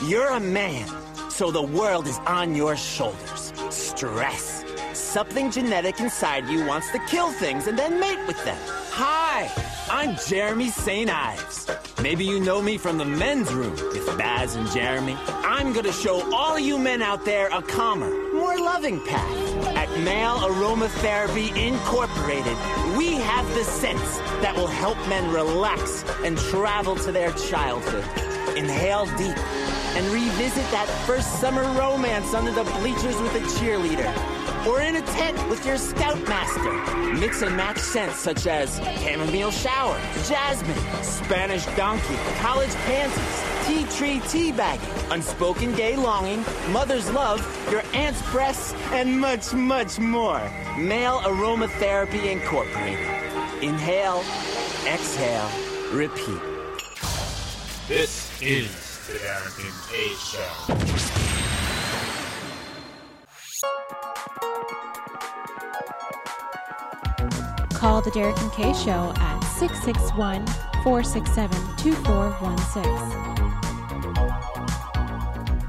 K: You're a man, so the world is on your shoulders. Stress. Something genetic inside you wants to kill things and then mate with them. Hi, I'm Jeremy St. Ives. Maybe you know me from the men's room with Baz and Jeremy. I'm gonna show all you men out there a calmer, more loving path. At Male Aromatherapy Incorporated, we have the sense that will help men relax and travel to their childhood. Inhale deep and revisit that first summer romance under the bleachers with a cheerleader. Or in a tent with your scoutmaster. Mix and match scents such as chamomile shower, jasmine, Spanish donkey, college panties, tea tree tea bagging, unspoken gay longing, mother's love, your aunt's breasts, and much, much more. Male Aromatherapy Incorporated. Inhale, exhale, repeat.
J: This is the Darrington K Show.
L: Call the Derek and Kay Show at 661 467 2416.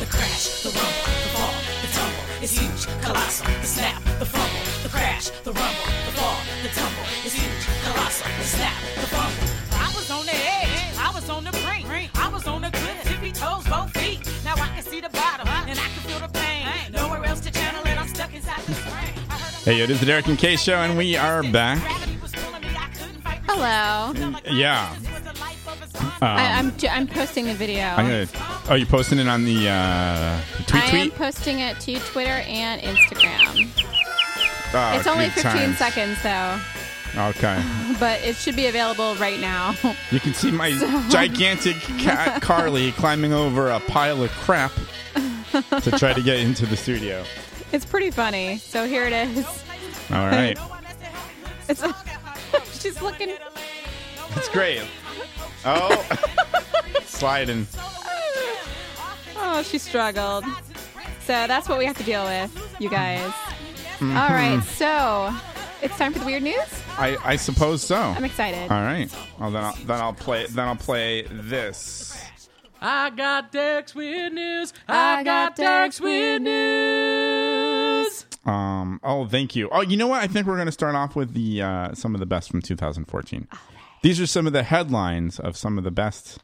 D: The crash, the rumble, the fall, the tumble is huge, colossal. The snap, the fumble, the crash, the rumble, the fall, the tumble is huge, colossal. The snap, the fumble.
C: I was on the edge. I was on the brink. I was on the cliff. Tippy toes, both feet. Now I can see the bottom and I can feel the pain. Nowhere else to channel it. I'm stuck inside the frame.
A: Hey, it is the Derek and Kay Show, and we are back.
B: Oh.
A: Um,
B: Hello.
A: Yeah,
B: I, I'm j- I'm posting the video.
A: I'm gonna. Oh, you posting it on the uh, tweet
B: I am
A: tweet?
B: posting it to Twitter and Instagram.
A: Oh,
B: it's only
A: good
B: 15
A: times.
B: seconds though,
A: Okay,
B: but it should be available right now.
A: you can see my
B: So-
A: gigantic cat Carly climbing over a pile of crap to try to get into the studio.
B: It's pretty funny. So here it is.
A: All right,
B: It's, she's looking.
A: it's great. Oh, sliding.
B: Oh, she struggled. So that's what we have to deal with, you guys. All right,
A: Mhm.
B: so it's time for the weird news.
A: I, I suppose so.
B: I'm excited.
A: All right. Well, then I'll, then I'll play then I'll play this.
M: I got Derek's weird news.
C: I
M: I
C: got
M: got Derek's weird news.
A: Um. Oh, thank you. Oh, you know what? I think we're going to start off with the uh, some of the best from 2014. These are some of the headlines of some of the best.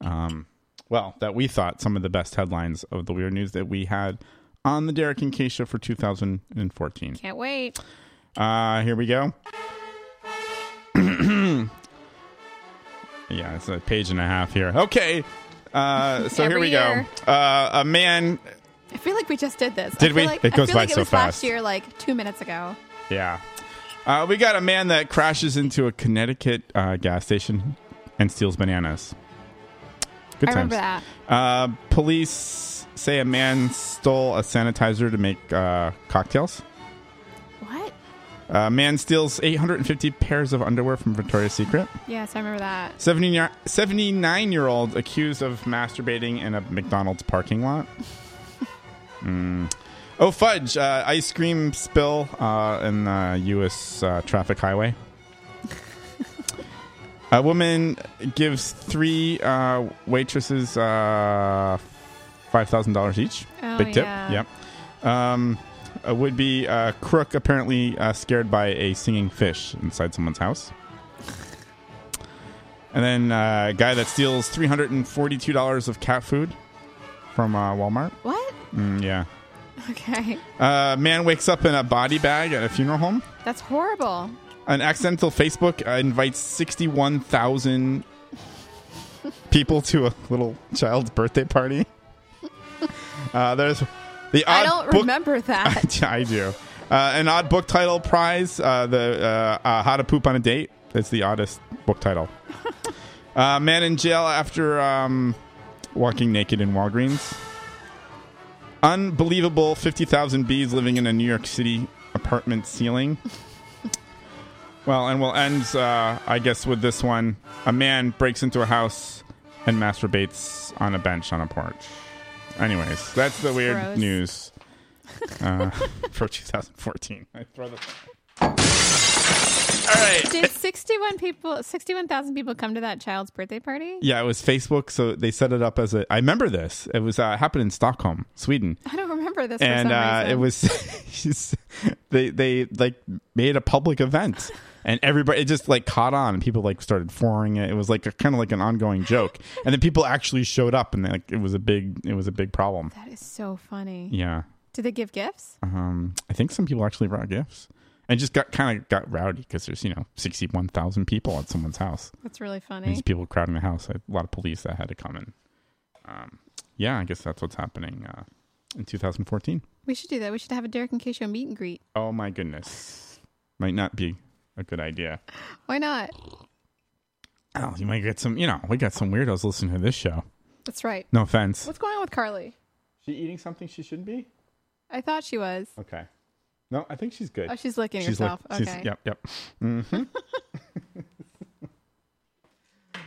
A: Um, well, that we thought some of the best headlines of the weird news that we had on the Derek and Keisha for 2014.
B: Can't wait.
A: Uh, here we go. yeah, it's a page and a half here. Okay. Uh, so
B: Every
A: here we
B: year.
A: go. Uh, a man.
B: I feel like we just did this.
A: Did
B: I feel
A: we?
B: Like,
A: It goes
B: I feel
A: by
B: like it
A: so
B: was
A: fast.
B: Last year, like two minutes ago.
A: Yeah. Uh, we got a man that crashes into a Connecticut uh, gas station and steals bananas. Good
B: I
A: times.
B: remember that.
A: Uh, police say a man stole a sanitizer to make uh, cocktails.
B: What?
A: A man steals 850 pairs of underwear from Victoria's Secret.
B: Yes, I remember that.
A: 79 year old accused of masturbating in a McDonald's parking lot. Mm. Oh, fudge. Uh, ice cream spill uh, in the U.S. Uh, traffic highway. a woman gives three uh, waitresses uh, $5,000 each.
B: Oh,
A: Big tip.
B: yeah.
A: Yep. Um, a would be uh, crook apparently uh, scared by a singing fish inside someone's house. And then uh, a guy that steals three hundred and forty-two dollars of cat food from uh, Walmart.
B: What?
A: Mm, yeah.
B: Okay,
A: Uh, man wakes up in a body bag at a funeral home.
B: that's
A: Uh,
B: horrible.
A: An accidental Facebook uh, invites sixty-one thousand people to a little child's birthday party. Uh, there's the
B: I
A: odd
B: don't
A: book-
B: remember that.
A: I do. Uh, an odd book title prize. Uh, the uh, uh, How to Poop on a Date. That's the oddest book title. uh, man in jail after um, walking naked in Walgreens. Unbelievable 50,000 bees living in a New York City apartment ceiling. Well, and we'll end, uh, I guess, with this one. A man breaks into a house and masturbates on a bench on a porch. Anyways, that's the weird
N: Gross.
A: news uh, for 2014. I throw the. All right.
B: Did sixty-one people, sixty-one thousand people come to that child's birthday party?
A: Yeah, it was Facebook, so they set it up as a. I remember this. It was uh, happened in Stockholm, Sweden.
B: I don't remember this.
A: and
B: for some
A: uh,
B: reason.
A: it was she's- they they like made a public event and everybody it just like caught on and people like started forwarding it it was like kind of like an ongoing joke and then people actually showed up and like it was a big it was a big problem
B: That is so funny.
A: yeah
B: Did they give gifts?
A: um i think some people actually brought gifts and it just got kind of got rowdy because there's you know 61000 people at someone's house
B: That's really
A: And
B: funny.
A: there's people crowding the house a lot of police that had to come in um yeah i guess that's what's happening uh in 2014
B: We should do that. We should have a Derek and Kay show meet and greet.
A: Oh my goodness. Might not be a good idea.
B: Why not?
A: Oh, you might get some, you know, we got some weirdos listening to this show.
B: That's right.
A: No offense.
B: What's going on with Carly?
A: She eating something she shouldn't be?
B: I thought she was.
A: Okay. No, I think she's good.
B: Oh, she's licking
A: lick-
B: herself. Okay.
A: yep, yep. hmm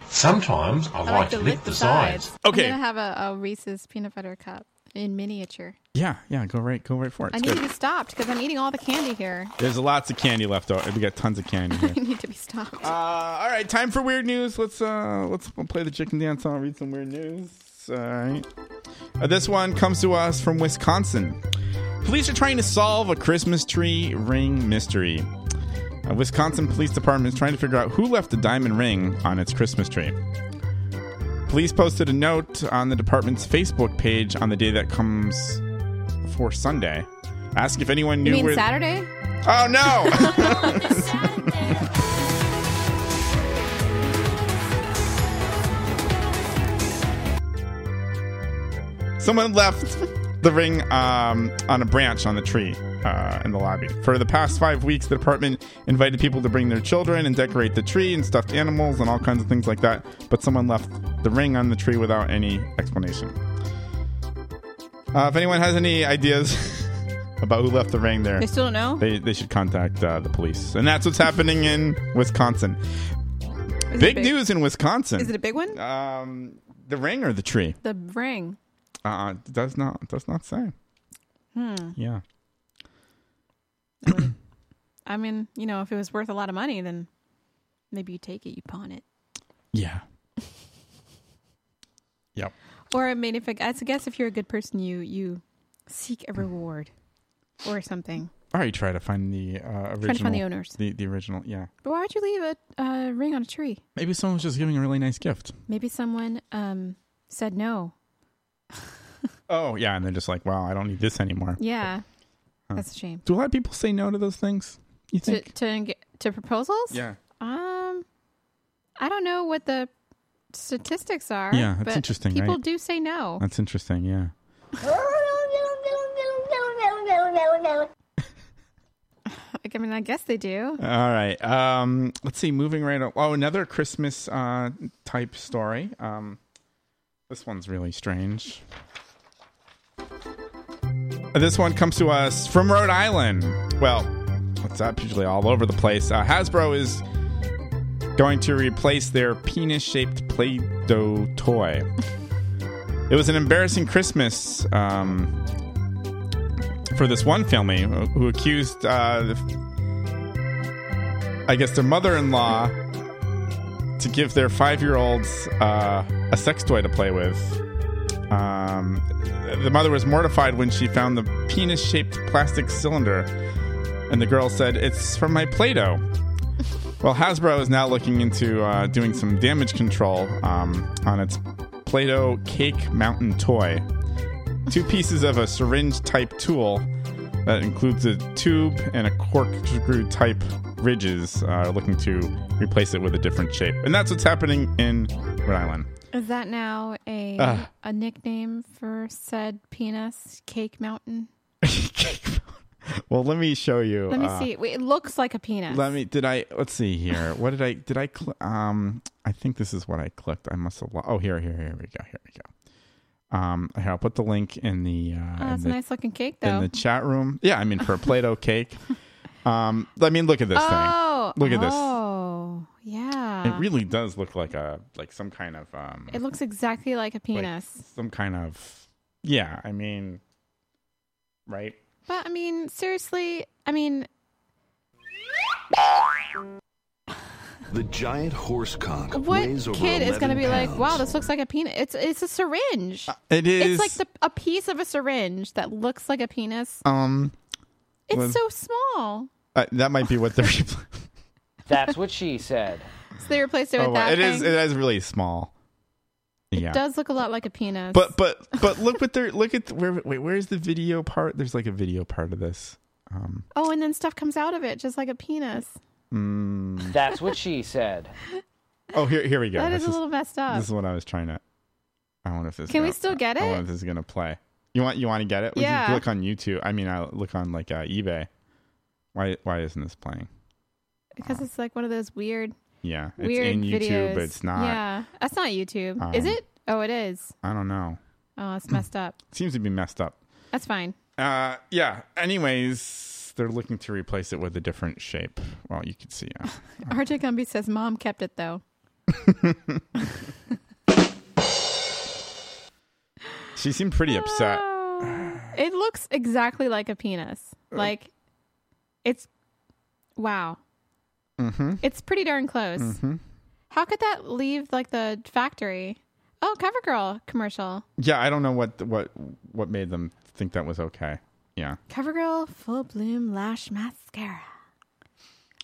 E: Sometimes I, like to lick the sides.
B: I'm gonna have a, a Reese's peanut butter cup in miniature.
A: Yeah, yeah, go right, go right for it.
B: I
A: It's
B: need
A: good.
B: to be stopped because I'm eating all the candy here.
A: There's lots of candy left over. We got tons of candy
B: I
A: here.
B: need to be stopped.
A: Uh, all right, time for weird news. Let's uh, let's play the chicken dance song. Read some weird news. All right. Uh, this one comes to us from Wisconsin. Police are trying to solve a Christmas tree ring mystery. A Wisconsin police department is trying to figure out who left a diamond ring on its Christmas tree. Police posted a note on the department's Facebook page on the day that comes for Sunday, ask if anyone knew
B: You mean
A: where.
B: Saturday?
A: Oh no! Someone left the ring um, on a branch on the tree uh, in the lobby. For the past five weeks, the department invited people to bring their children and decorate the tree and stuffed animals and all kinds of things like that. But someone left the ring on the tree without any explanation. Uh, if anyone has any ideas about who left the ring there,
B: They still don't know?
A: They, they should contact uh, the police. And that's what's happening in Wisconsin.
B: Is it
A: Big,
B: big-
A: news in Wisconsin.
B: Is it a big one?
A: Um, the ring or the tree?
B: The ring.
A: Uh, it does not it does not say.
B: Hmm.
A: Yeah.
B: I mean, you know, if it was worth a lot of money, then maybe you take it, you pawn it.
A: Yeah. yep.
B: Or I mean, if it, I guess if you're a good person, you you seek a reward or something.
A: Or you try to find the uh, original.
B: to find the owners.
A: The, the original, yeah.
B: But why would you leave a uh, ring on a tree?
A: Maybe someone was just giving a really nice gift.
B: Maybe someone um, said no.
A: Oh, yeah. And they're just like, wow, I don't need this anymore.
B: Yeah,
A: Huh.
B: that's a shame.
A: Do a lot of people say no to those things? You
B: To
A: think?
B: to enga- to proposals?
A: yeah.
B: Um, I don't know what the statistics are.
A: Yeah, that's
B: but
A: interesting,
B: People
A: right?
B: do say no.
A: That's interesting. Yeah.
B: Like, I mean, I guess they do.
A: All right. Um, let's see. Moving right. o- Oh, another Christmas uh, type story. Um, this one's really strange. This one comes to us from Rhode Island. Well, what's up? Usually all over the place. Uh, Hasbro is going to replace their penis-shaped Play-Doh toy. It was an embarrassing Christmas. Um, for this one filmy who accused, uh, the- I guess, their mother-in-law to give their five-year-olds uh, a sex toy to play with. Um, the mother was mortified when she found the penis-shaped plastic cylinder, and the girl said, "It's from my Play-Doh." Well, Hasbro is now looking into uh, doing some damage control um, on its Play-Doh Cake Mountain toy two pieces of a syringe type tool that includes a tube and a corkscrew type ridges are looking to replace it with a different shape and that's what's happening in rhode island
B: Is that now a
A: Ah.
B: a nickname for said penis cake mountain?
A: well let me show you
B: Let me
A: uh,
B: see. Wait, it looks like a penis.
A: let me did i let's see here what did i did i cl- um i think this is what i clicked i must have lo- oh here here here we go here we go um here i'll put the link in the uh
B: oh,
A: in
B: that's
A: the-
B: a nice looking cake
A: in
B: though.
A: the chat room. Yeah, I mean for a Play-Doh cake. Um, I mean, look at this
B: oh,
A: thing. Look at
B: Oh,
A: this. It
B: yeah.
A: really does look like a like some kind of um
B: It looks exactly like a penis.
A: some kind of yeah. I mean, right?
B: But I mean, seriously, I mean,
O: The giant horse cock
B: what
O: weighs over
B: kid is going
O: 11
B: to be like,
O: pounds.
B: "Wow, this looks like a penis." It's it's a syringe.
A: it is-
B: It's like the, a piece of a syringe that looks like a penis.
A: Um,
B: It's
A: well,
B: so small.
A: uh, that might be what they're. repl-
P: That's what she said.
B: So they replaced it with
A: Oh, wow.
B: that.
A: it is.
B: thing.
A: It is really small. Yeah.
B: does look a lot like a penis.
A: But but but look what they're look at where wait where's the video part? There's like a video part of this. Um,
B: oh, and then stuff comes out of it just like a penis.
A: mm.
P: That's what she said.
A: Oh, here here we go.
B: That
A: This
B: is a little messed up.
A: This is what I was trying to. I wonder if this.
B: Can we
A: gonna-
B: still get
A: I
B: it?
A: wonder if this is gonna play. You want you want to get it? We
B: Yeah.
A: can look on YouTube. I mean, I look on like uh, eBay. Why why isn't this playing?
B: because it's like one of those weird,
A: Yeah, it's
B: weird
A: in YouTube,
B: videos.
A: but it's not.
B: Yeah, that's not YouTube, is
A: Um,
B: it? Oh, it is.
A: I don't know.
B: Oh, it's messed up.
A: seems to be messed up.
B: That's fine.
A: Uh, yeah. Anyways, they're looking to replace it with a different shape. Well, you can see. Uh,
B: RJ Gumby says mom kept it though.
A: she seemed pretty upset.
B: It looks exactly like a penis. Like it's wow.
A: Mm-hmm.
B: It's pretty darn close.
A: Mm-hmm.
B: How could that leave like the factory? Oh, CoverGirl commercial.
A: Yeah, I don't know what what what made them think that was okay. Yeah.
B: CoverGirl full bloom lash mascara.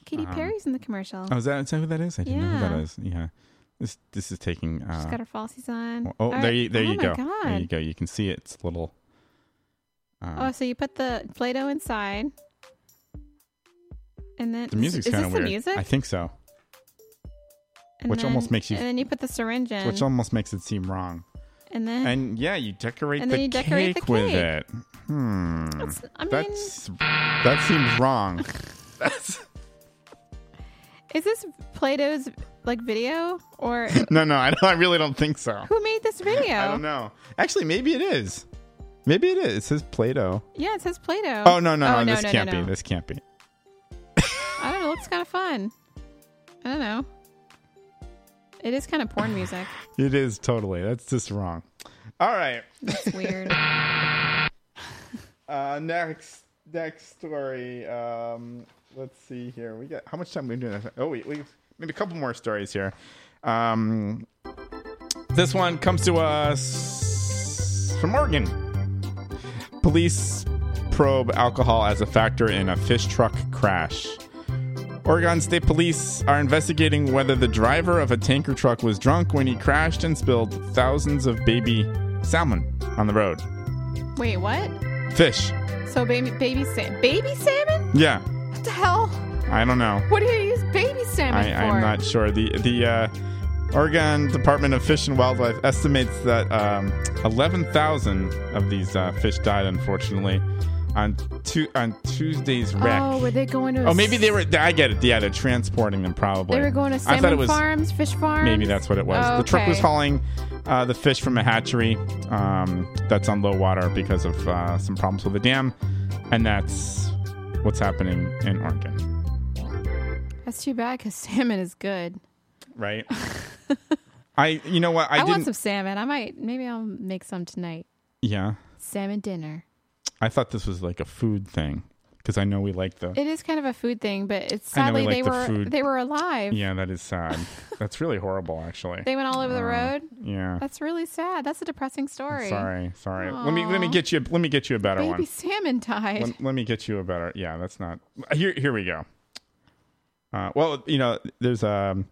B: Katy
A: Um,
B: Perry's in the commercial.
A: Oh, is that, is that who that is? I didn't know who
B: Yeah.
A: that is. Yeah. This this is taking. Uh,
B: She's got her falsies on.
A: oh,
B: All
A: there
B: right.
A: you there
B: Oh
A: you
B: my
A: go.
B: God.
A: There you go. You can see it's little. Uh,
B: Oh, so you put the Play-Doh inside, and then
A: the music's
B: is
A: kind
B: this
A: of weird.
B: the music?
A: I think so,
B: And
A: which almost
B: then-
A: makes you-
B: And then you put the syringe in.
A: which almost makes it seem wrong.
B: and then
A: And yeah, you decorate,
B: And
A: the,
B: then you decorate the
A: cake with
B: cake.
A: it. Hmm.
B: That's- I mean-
A: That's that seems wrong.
B: is this Play-Doh's like video or
A: no, no, I, don't, I really don't think so.
B: who made this video?
A: I don't know. Actually, maybe it is. Maybe it is. It says Play-Doh.
B: Yeah, it says Play-Doh.
A: Oh, no, no,
B: Oh,
A: no, This
B: no,
A: can't
B: no.
A: be. This can't be.
B: I don't know. It looks kind of fun. I don't know. It is kind of porn music.
A: It is totally. That's just wrong. All right.
B: That's weird.
A: Uh, next, next story. Um, let's see here. We got how much time we doing? Oh, wait, we maybe a couple more stories here. Um, this one comes to us from Oregon. Police probe alcohol as a factor in a fish truck crash. Oregon State Police are investigating whether the driver of a tanker truck was drunk when he crashed and spilled thousands of baby salmon on the road.
B: Wait, what?
A: Fish.
B: So baby, baby salmon, baby salmon?
A: Yeah.
B: What the hell?
A: I don't know.
B: What do you use baby salmon
A: I,
B: for?
A: I'm not sure. The the uh, Oregon Department of Fish and Wildlife estimates that um, 11,000 of these uh, fish died, unfortunately, on tu- on Tuesday's wreck.
B: Oh, were they going to? a
A: Oh, maybe they were. I get it. Yeah, they're transporting them probably.
B: They were going to
A: I thought it
B: salmon
A: was,
B: farms, fish farms.
A: Maybe that's what it was. The truck was
B: Okay.
A: hauling uh, the fish from a hatchery um, that's on low water because of uh, some problems with the dam, and that's what's happening in Oregon,
B: That's too bad because salmon is good.
A: right? I, you know what? I,
B: I,
A: didn't.
B: want some salmon. I might. Maybe I'll make some tonight.
A: yeah,
B: Salmon dinner.
A: I thought this was like a food thing because I know we like the.
B: It is kind of a food thing, but it's
A: I know we
B: sadly they
A: like the
B: were
A: food.
B: they were alive.
A: Yeah, that is sad. that's really horrible, actually.
B: They went all over the
A: Uh,
B: road.
A: Yeah.
B: That's really sad. That's a depressing story.
A: Sorry, sorry. Let me let me
B: Aw.
A: get you let me get you a better
B: Baby
A: one.
B: salmon died.
A: Let, let me get you a better. Yeah, that's not. Here here we go. Uh, well, you know, there's um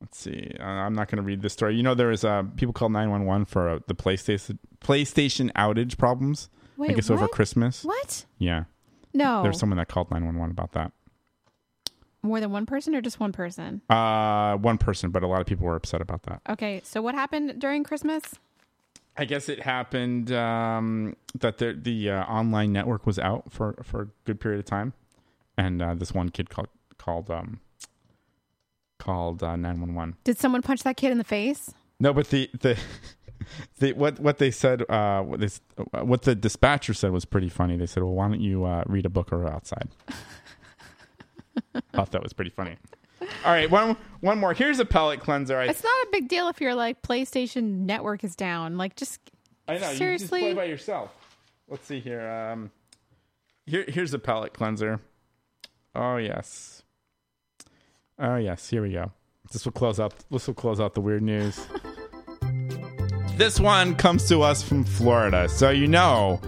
A: Let's see. Uh, I'm not going to read this story. You know, there is uh, people call 911 for uh, the PlayStation PlayStation outage problems. I
B: Wait,
A: guess over
B: what?
A: Christmas.
B: What?
A: Yeah.
B: No.
A: There was someone that called 911 about that.
B: More than one person or just one person?
A: Uh, one person, but a lot of people were upset about that.
B: Okay, so what happened during Christmas?
A: I guess it happened um, that the, the uh, online network was out for, for a good period of time, and uh, this one kid called called um, called uh, nine one one.
B: Did someone punch that kid in the face?
A: No, but the the, the what what they said uh, what this what the dispatcher said was pretty funny. They said, "Well, why don't you uh, read a book or outside?" Thought that was pretty funny. All right, one one more. Here's a pellet cleanser. I
B: It's not a big deal if your like PlayStation network is down. Like just
A: I know. You just
B: seriously.
A: play by yourself. Let's see here. Um, here here's a palette cleanser. Oh yes. Oh yes. Here we go. This will close out. This will close out the weird news. this one comes to us from Florida, so you know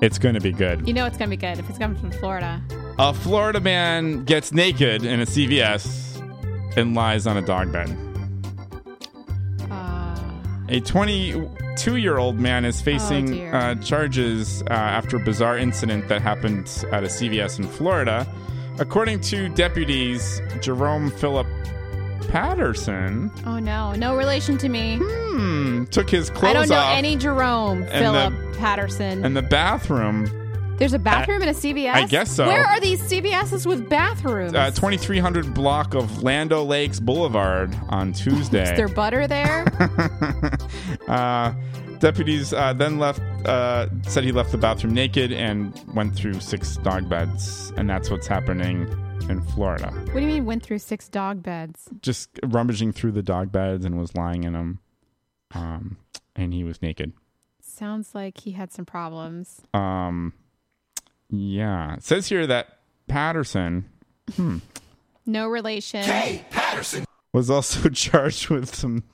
A: it's going to be good.
B: you know it's gonna be good if it's coming from Florida.
A: A Florida man gets naked in a CVS and lies on a dog bed. A 22 year old man is
B: Uh. Oh,
A: facing
B: dear.
A: uh, charges uh, after a bizarre incident that happened at a CVS in Florida. According to deputies, Jerome Philip Patterson
B: Oh no, no relation to me.
A: hmm, took his clothes
B: I don't know
A: off
B: any Jerome Philip
A: and
B: Patterson.
A: in the bathroom
B: There's a bathroom in a CVS.
A: I guess so.
B: Where are these CVSs with bathrooms?
A: uh, 2300 block of Lando Lakes Boulevard on Tuesday.
B: is there butter there?
A: uh, deputies uh, then left. Uh, said he left the bathroom naked and went through six dog beds, and that's what's happening in Florida.
B: what do you mean went through six dog beds?
A: Just rummaging through the dog beds and was lying in them, um, and he was naked.
B: Sounds like he had some problems.
A: Um, yeah, it says here that Patterson hmm,
B: No relation.
A: was also charged with some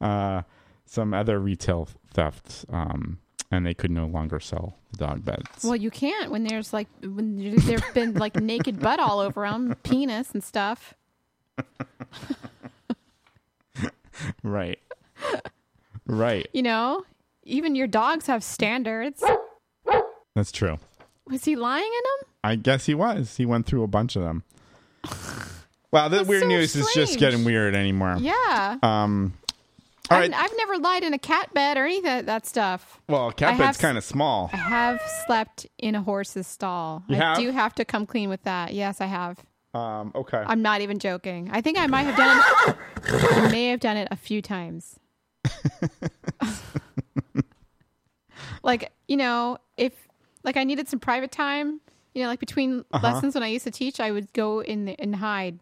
A: uh, some other retail thefts, um, and they could no longer sell the dog beds.
B: Well, you can't when there's like when there've been like naked butt all over him, penis and stuff.
A: Right. right.
B: You know, even your dogs have standards.
A: That's true.
B: Was he lying in them?
A: I guess he was. He went through a bunch of them. Wow, that weird
B: so
A: news is just
B: strange.
A: getting weird anymore.
B: Yeah.
A: Um. All
B: I've,
A: right.
B: I've never lied in a cat bed or any of that, that stuff.
A: well,
B: I
A: cat
B: have
A: bed's kind of small.
B: I have slept in a horse's stall.
A: You
B: I
A: have?
B: do have to come clean with that. Yes, I have.
A: Um. Okay.
B: I'm not even joking. I think I might have done it. I may have done it a few times. like, you know, if like I needed some private time, you know, like between
A: Uh-huh.
B: lessons when I used to teach, I would go in the, and hide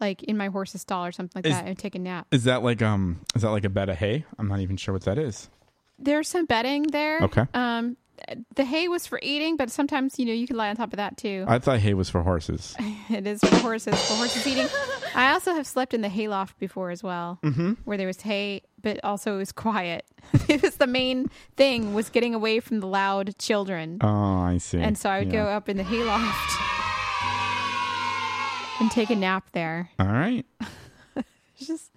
B: like in my horse's stall or something like
A: Is-
B: that and take a nap.
A: is that like um? Is that like a bed of hay? I'm not even sure what that is.
B: There's some bedding there.
A: Okay.
B: Um the hay was for eating, but sometimes, you know, you can lie on top of that too.
A: I thought hay was for horses.
B: It is for horses, for horses eating. I also have slept in the hayloft before as well,
A: Mhm.
B: where there was hay, but also it was quiet. it was the main thing was getting away from the loud children,
A: Oh, I see.
B: and so I would
A: Yeah.
B: go up in the hayloft and take a nap there.
A: All right.
B: It's just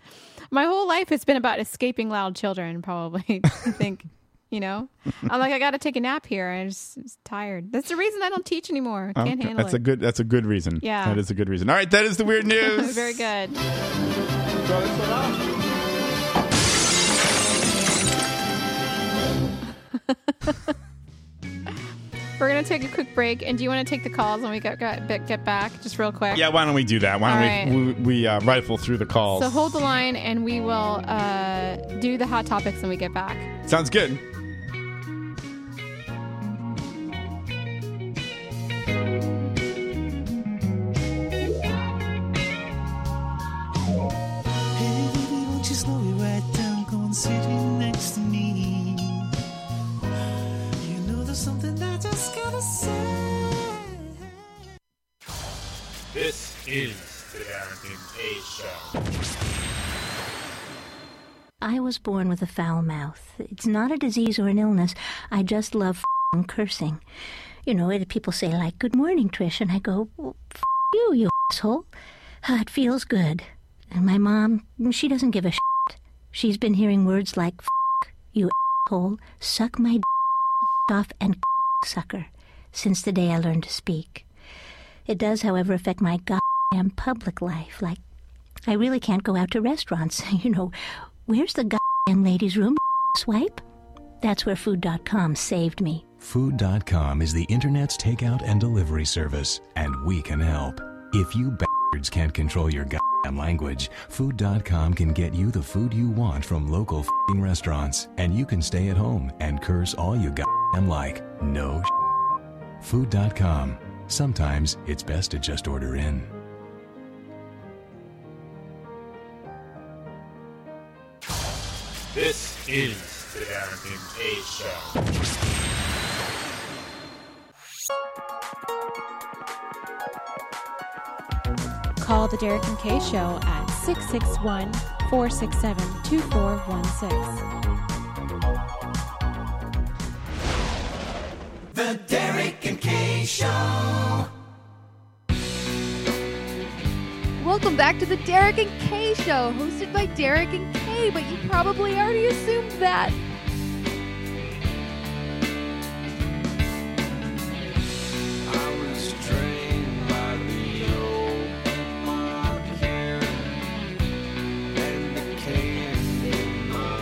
B: my whole life has been about escaping loud children. Probably, I think. You know, I'm like I got to take a nap here. I'm just, just tired. That's the reason I don't teach anymore. I Can't
A: Okay,
B: handle
A: That's
B: it.
A: a good. That's a good reason.
B: Yeah.
A: That is a good reason. All right. That is the weird news.
B: Very good.
F: Try this one out.
B: We're gonna take a quick break, and do you want to take the calls when we get get, get back, just real quick?
A: Yeah, why don't we do that? Why don't
B: All
A: we we, we uh, rifle through the calls?
B: So hold the line, and we will uh, do the hot topics when we get back.
A: Sounds good.
D: Hey, baby, won't you slow it right down? Go and sit here next to me. You know there's something I just gotta say.
J: This is the Darrington K Show.
Q: I was born with a foul mouth. It's not a disease or an illness. I just love fing cursing. You know, it- people say, like, good morning, Trish, and I go, well, f you, you asshole. Ah, It feels good. And my mom, she doesn't give a shit. She's been hearing words like, f you asshole, suck my d- off, and sucker, since the day I learned to speak. It does, however, affect my goddamn public life. Like, I really can't go out to restaurants. You know, where's the goddamn ladies' room? Swipe? That's where food.com saved me.
R: Food.com is the internet's takeout and delivery service, and we can help. If you bastards can't control your goddamn language, Food.com can get you the food you want from local fing restaurants, and you can stay at home and curse all you goddamn like. No sh- Food.com. Sometimes it's best to just order in.
J: This is the Darrington K Show.
L: Call the Derek and Kay Show at 661 467 2416.
D: The Derek and Kay Show.
S: Welcome back to the Derek and Kay Show, hosted by Derek and Kay, but you probably already assumed that.
D: I was trained by the old people can and the can in my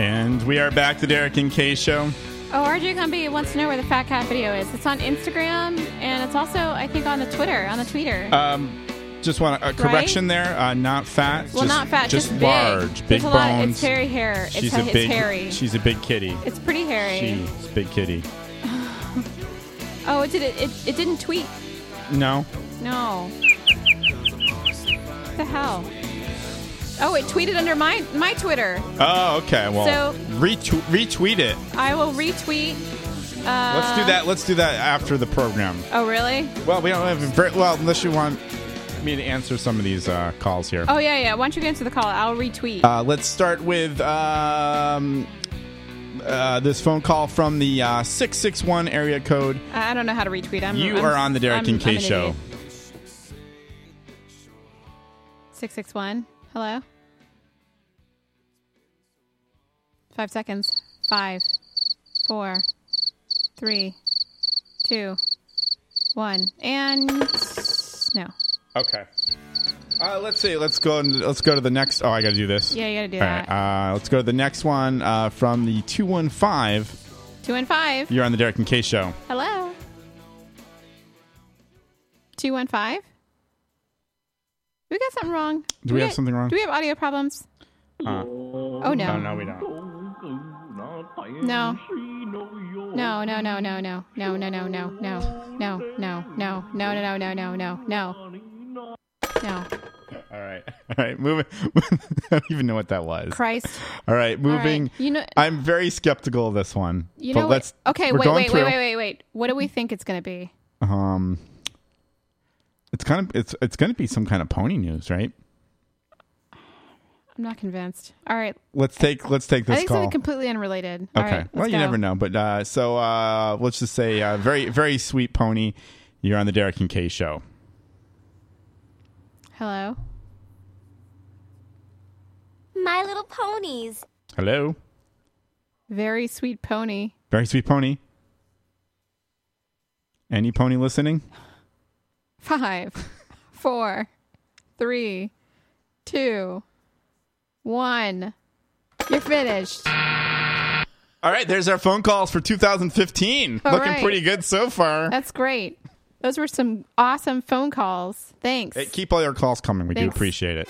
A: And we are back, the Derek and Kay Show.
B: Oh, RJ Gumby wants to know where the Fat Cat video is. It's on Instagram, and it's also, I think, on the Twitter, on the tweeter.
A: Um, just want a, a correction there. Uh, not fat.
B: well,
A: just,
B: not fat, just, big.
A: large, big
B: There's a lot-
A: bones.
B: It's hairy hair. It's,
A: she's
B: ha-
A: a
B: it's
A: big.
B: hairy.
A: She's a big kitty.
B: It's pretty hairy.
A: She's a big kitty.
B: Oh, it did it, it. It didn't tweet.
A: No.
B: No. What the hell? Oh, it tweeted under my my Twitter.
A: Oh, okay. Well,
B: So-
A: retweet, retweet it.
B: I will retweet. Uh,
A: Let's do that. Let's do that after the program.
B: Oh, really?
A: Well, we don't have very, well unless you want me to answer some of these uh, calls here.
B: Oh, yeah, yeah. Why don't you get into the call? I'll retweet.
A: Uh, let's start with um, uh, this phone call from the uh, 661 area code.
B: I I don't know how to retweet. I'm,
A: you
B: I'm-
A: are on the Derek
B: I'm-
A: and Kay
B: I'm an
A: show.
B: idiot. 661. Hello? Five seconds. Five, four, three, two, one. And no.
A: Okay. Uh, let's see. Let's go. And, let's go to the next. Oh, I got to do this.
B: Yeah, you gotta do
A: All right, uh, let's go to the next one uh, from the 215.
B: Two and five.
A: You're on the Derek and Kay show.
B: Hello? 215? We got something wrong.
A: Do we have something wrong?
B: Do we have audio problems?
A: Uh,
B: Oh, no.
A: No, no, we don't.
B: No. No, no, no, no, no, no, no, no, no, no, no, no, no, no, no, no, no, no, no, no. No.
A: All right. All right. Moving. I don't even know what that was.
B: Christ.
A: All right.
B: All right,
A: Moving.
B: you know-
A: I'm very skeptical of this one.
B: You
A: but
B: know
A: let's.
B: what? Okay,
A: we're
B: wait,
A: going
B: wait,
A: through.
B: wait, wait, wait, wait. What do we think it's gonna be?
A: Um, it's kind of it's it's going to be some kind of pony news, right?
B: I'm not convinced. All right.
A: Let's take let's take this
B: I think it's
A: call.
B: gonna be completely unrelated. All
A: okay.
B: right,
A: well,
B: let's
A: you
B: go.
A: never know, but uh, so uh, let's just say uh, very very sweet pony. You're on the Derek and Kay show.
B: Hello.
T: My Little Ponies.
A: Hello,
B: Very sweet pony.
A: very sweet pony. Any pony listening?
B: Five, four, three, two, one. You're finished.
A: All right, there's our phone calls for 2015.
B: All
A: Looking
B: right.
A: pretty good so far.
B: That's great. Those were some awesome phone calls. Thanks.
A: Hey, keep all your calls coming. We
B: Thanks.
A: do appreciate it.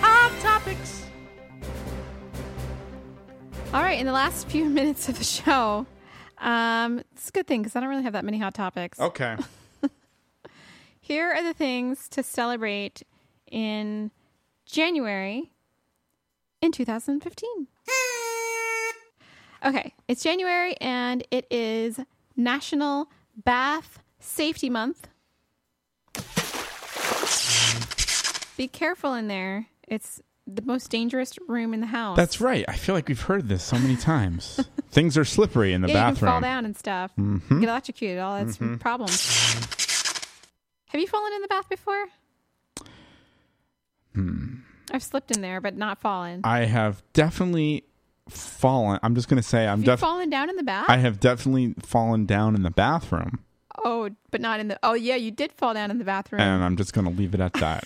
M: Hot topics.
B: All right, in the last few minutes of the show, um, it's a good thing because I don't really have that many hot topics.
A: Okay.
B: Here are the things to celebrate in January in 2015. Okay, it's January and it is National Bath Safety Month. Be careful in there. It's the most dangerous room in the house.
A: That's right. I feel like we've heard this so many times. Things are slippery in the
B: yeah, you
A: bathroom.
B: can fall down and stuff.
A: Mhm.
B: Get electrocuted, all that's
A: Mhm.
B: problems. Have you fallen in the bath before?
A: Hmm.
B: I've slipped in there, but not fallen.
A: I have definitely fallen. I'm just going to say I'm
B: Have you
A: definitely.
B: fallen down in the bath?
A: I have definitely fallen down in the bathroom,
B: Oh, but not in the. Oh, yeah, you did fall down in the bathroom.
A: and I'm just going to leave it at that.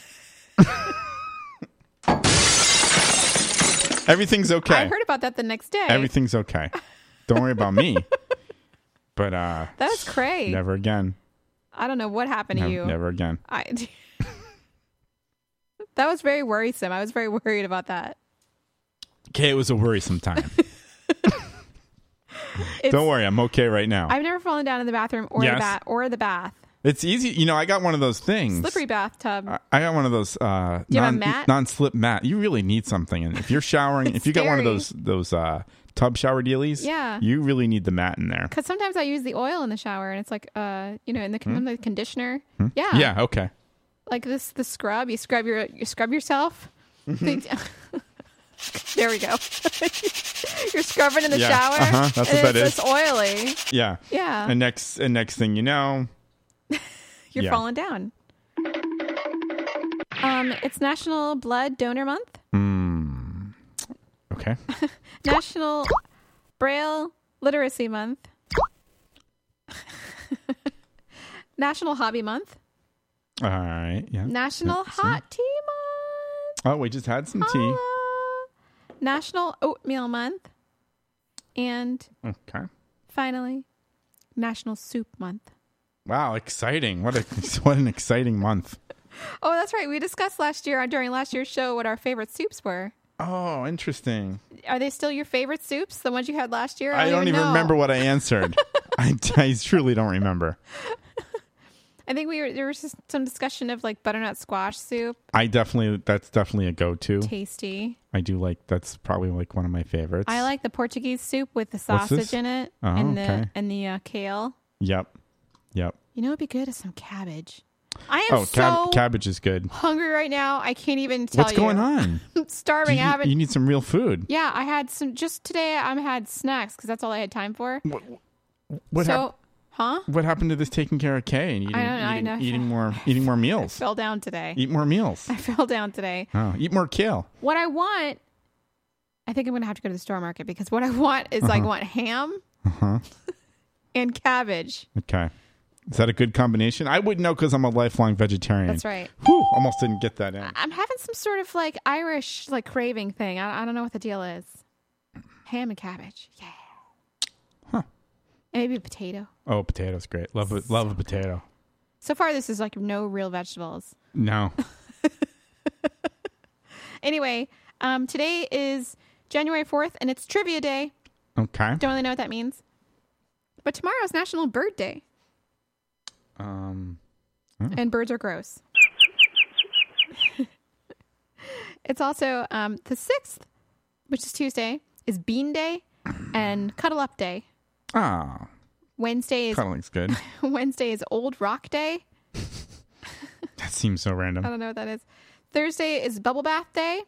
A: Everything's okay.
B: I heard about that the next day.
A: Everything's okay. Don't worry about me. But uh
B: That was crazy.
A: Never again.
B: I don't know what happened
A: Never,
B: to you.
A: never again.
B: I. that was very worrisome. I was very worried about that.
A: Okay, it was a worrisome time.
B: It's-
A: Don't worry, I'm okay right now.
B: I've never fallen down in the bathroom or
A: Yes.
B: the bath or the bath
A: it's easy. You know, I got one of those things.
B: slippery bathtub.
A: I- I got one of those uh,
B: Do you have a
A: non
B: mat?
A: non-slip mat. You really need something, and if you're showering, if you got one of
B: scary.
A: those those uh, tub shower dealies,
B: Yeah.
A: you really need the mat in there.
B: Because sometimes I use the oil in the shower, and it's like, uh, you know, in the, con-
A: Hmm?
B: the conditioner.
A: Hmm?
B: Yeah.
A: yeah, okay.
B: Like this, the scrub. You scrub your, you scrub yourself.
A: Mm-hmm.
B: there we go. You're scrubbing in the
A: Yeah,
B: shower.
A: uh-huh, that's
B: and
A: what that
B: it's
A: is.
B: just oily.
A: Yeah,
B: Yeah.
A: And next, and next thing you know,
B: You're
A: Yeah.
B: falling down. Um, it's National Blood Donor Month.
A: mm, okay.
B: National Braille Literacy Month. National Hobby Month.
A: All right. Yeah.
B: National
A: Yeah, see?
B: Hot Tea Month.
A: Oh, we just had some tea.
B: Oh. National Oatmeal Month. And
A: Okay.
B: finally, National Soup Month.
A: Wow, exciting! What a what an exciting month.
B: Oh, that's right. We discussed last year uh, during last year's show what our favorite soups were.
A: Oh, interesting.
B: Are they still your favorite soups? The ones you had last year?
A: I don't even
B: know.
A: remember what I answered. I, I truly don't remember.
B: I think we were there was just some discussion of like butternut squash soup,
A: I definitely that's definitely a go-to.
B: tasty.
A: I do like that's probably like one of my favorites.
B: I like the Portuguese soup with the
A: What's this?
B: sausage in it
A: Oh,
B: and the
A: okay.
B: and the uh, kale.
A: Yep. Yep.
B: You know, it'd be good is some cabbage. I am
A: Oh,
B: so
A: cab- cabbage is good.
B: hungry right now. I can't even tell
A: What's
B: you.
A: going on?
B: I'm
A: Do
B: starving.
A: you,
B: I haven't.
A: you need some real food.
B: yeah, I had some just today. I had snacks because that's all I had time for.
A: What, What
B: so,
A: hap-
B: huh?
A: what happened to this taking care of Kay and eating
B: I don't know,
A: eating,
B: I know.
A: eating more eating more meals?
B: Fell down today.
A: Eat more meals.
B: I fell down today.
A: Oh, eat more kale.
B: What I want, I think I'm gonna have to go to the store market because what I want is I
A: Uh-huh.
B: want ham
A: Uh-huh.
B: and cabbage.
A: Okay. Is that a good combination? I wouldn't know because I'm a lifelong vegetarian.
B: That's right.
A: Whew, almost didn't get that in.
B: I'm having some sort of like Irish like craving thing. I, I don't know what the deal is. Ham and cabbage, yeah.
A: Huh.
B: And maybe a potato.
A: Oh, potato's great. Love a, love a potato.
B: So far, this is like no real vegetables.
A: No.
B: Anyway, um, today is January 4th, and it's Trivia Day.
A: Okay.
B: Don't really know what that means. But tomorrow's National Bird Day,
A: Um.
B: and birds are gross. it's also um, the 6th, which is Tuesday, is Bean Day and Cuddle Up Day.
A: Ah,
B: Wednesday is
A: cuddling's good.
B: Wednesday is Old Rock Day.
A: That seems so
B: I
A: random.
B: don't know what that is. Thursday is Bubble Bath Day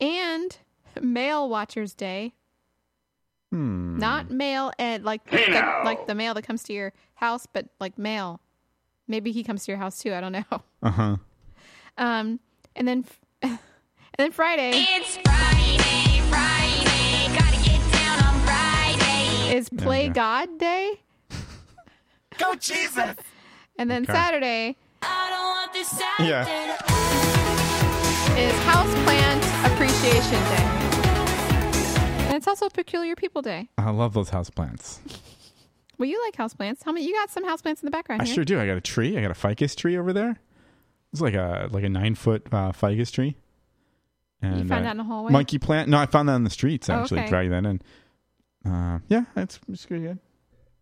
B: and Mail Watchers Day.
A: Hmm.
B: Not mail and like like, like the mail that comes to your house, but like mail. Maybe he comes to your house too. I don't know.
A: Uh huh.
B: Um, and then f- and then Friday. It's Friday, Friday. Gotta get down on Friday. Is Play
A: yeah.
B: God Day,
K: Go Jesus!
B: and then
A: Okay.
B: Saturday.
A: Yeah.
B: Is Houseplant Appreciation Day. And it's also Peculiar People Day.
A: I love those houseplants.
B: Well, you like houseplants. How many? You got some houseplants in the background
A: I
B: here.
A: sure do. I got a tree. I got a ficus tree over there. It's like a like a nine foot uh, ficus tree. And
B: found
A: uh,
B: that in the hallway?
A: Monkey plant. No, I found that on the streets
B: Oh,
A: actually.
B: okay.
A: Drag that in. Uh, yeah, it's, it's pretty good.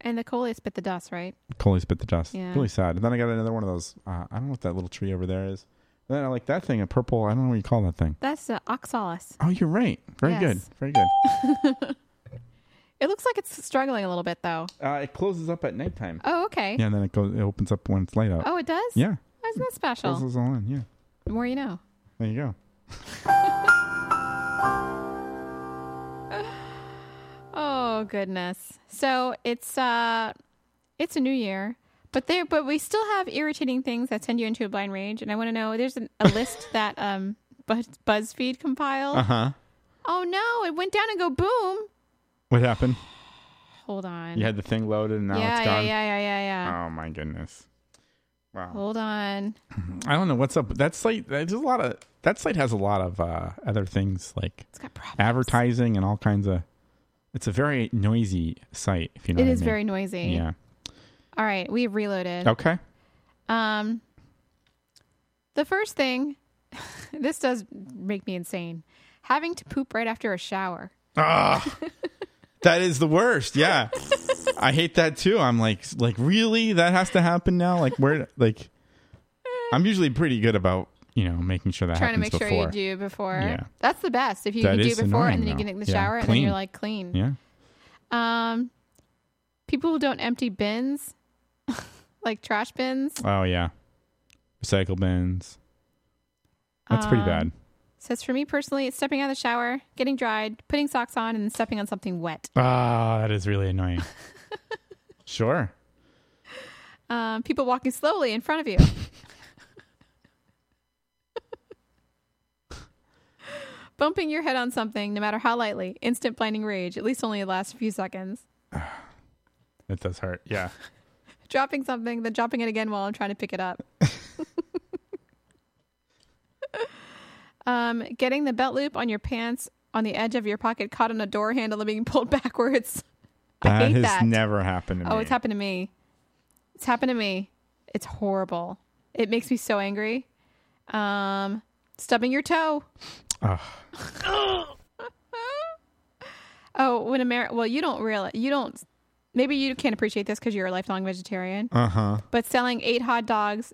B: And the cola spit the dust, right?
A: Coley spit the dust.
B: Yeah.
A: Really sad. And then I got another one of those. Uh, I don't know what that little tree over there is. And then I like that thing, a purple. I don't know what you call that thing.
B: That's uh, oxalis.
A: Oh, you're right. Very
B: Yes.
A: good. Very good.
B: It looks like it's struggling a little bit, though.
A: Uh, it closes up at nighttime.
B: Oh, okay.
A: Yeah, and then it goes. It opens up when it's light out.
B: Oh, it does?
A: Yeah.
B: Isn't that special?
A: Closes all in. Yeah.
B: The more you know.
A: There you go.
B: Oh goodness. So it's uh it's a new year. But there but we still have irritating things that send you into a blind rage and I want to know there's an, a list that um Buzz, BuzzFeed compiled.
A: Uh huh.
B: Oh no, it went down and go boom.
A: What happened?
B: Hold on.
A: You had the thing loaded and now
B: yeah,
A: it's
B: yeah, yeah,
A: gone.
B: yeah, yeah, yeah.
A: Oh my goodness. Wow.
B: Hold on.
A: I don't know what's up. That site there's a lot of that site has a lot of uh, other things like advertising and all kinds of it's a very noisy site if you know
B: It
A: what I
B: is
A: mean.
B: very noisy.
A: Yeah. Oh.
B: All right, we've reloaded.
A: Okay.
B: Um, the first thing, this does make me insane. Having to poop right after a shower.
A: Ah, that is the worst. Yeah. I hate that too. I'm like like really that has to happen now? Like where like I'm usually pretty good about, you know, making sure that
B: Trying to
A: happens
B: make sure
A: before.
B: you do before.
A: Yeah.
B: That's the best. If you,
A: That
B: you do
A: is
B: before and then
A: annoying,
B: you get
A: though.
B: in the
A: Yeah,
B: shower and then
A: clean.
B: you're like clean.
A: Yeah.
B: Um, people who don't empty bins, like trash bins.
A: Oh yeah, recycle bins. That's pretty
B: Um,
A: bad.
B: Says for me personally, it's stepping out of the shower, getting dried, putting socks on, and then stepping on something wet.
A: Ah, that is really annoying. sure.
B: Um, people walking slowly in front of you. Bumping your head on something, no matter how lightly, instant blinding rage, at least only the last few seconds.
A: That does hurt. Yeah.
B: Dropping something, then dropping it again while I'm trying to pick it up. um, getting the belt loop on your pants on the edge of your pocket caught on a door handle and being pulled backwards. I
A: That
B: hate
A: has
B: that.
A: never happened to
B: oh,
A: me.
B: it's happened to me. It's happened to me. It's horrible. It makes me so angry. Um, stubbing your toe.
A: Ugh.
B: Oh, when America, well, you don't realize, you don't, maybe you can't appreciate this because you're a lifelong vegetarian,
A: Uh huh.
B: but selling eight hot dogs,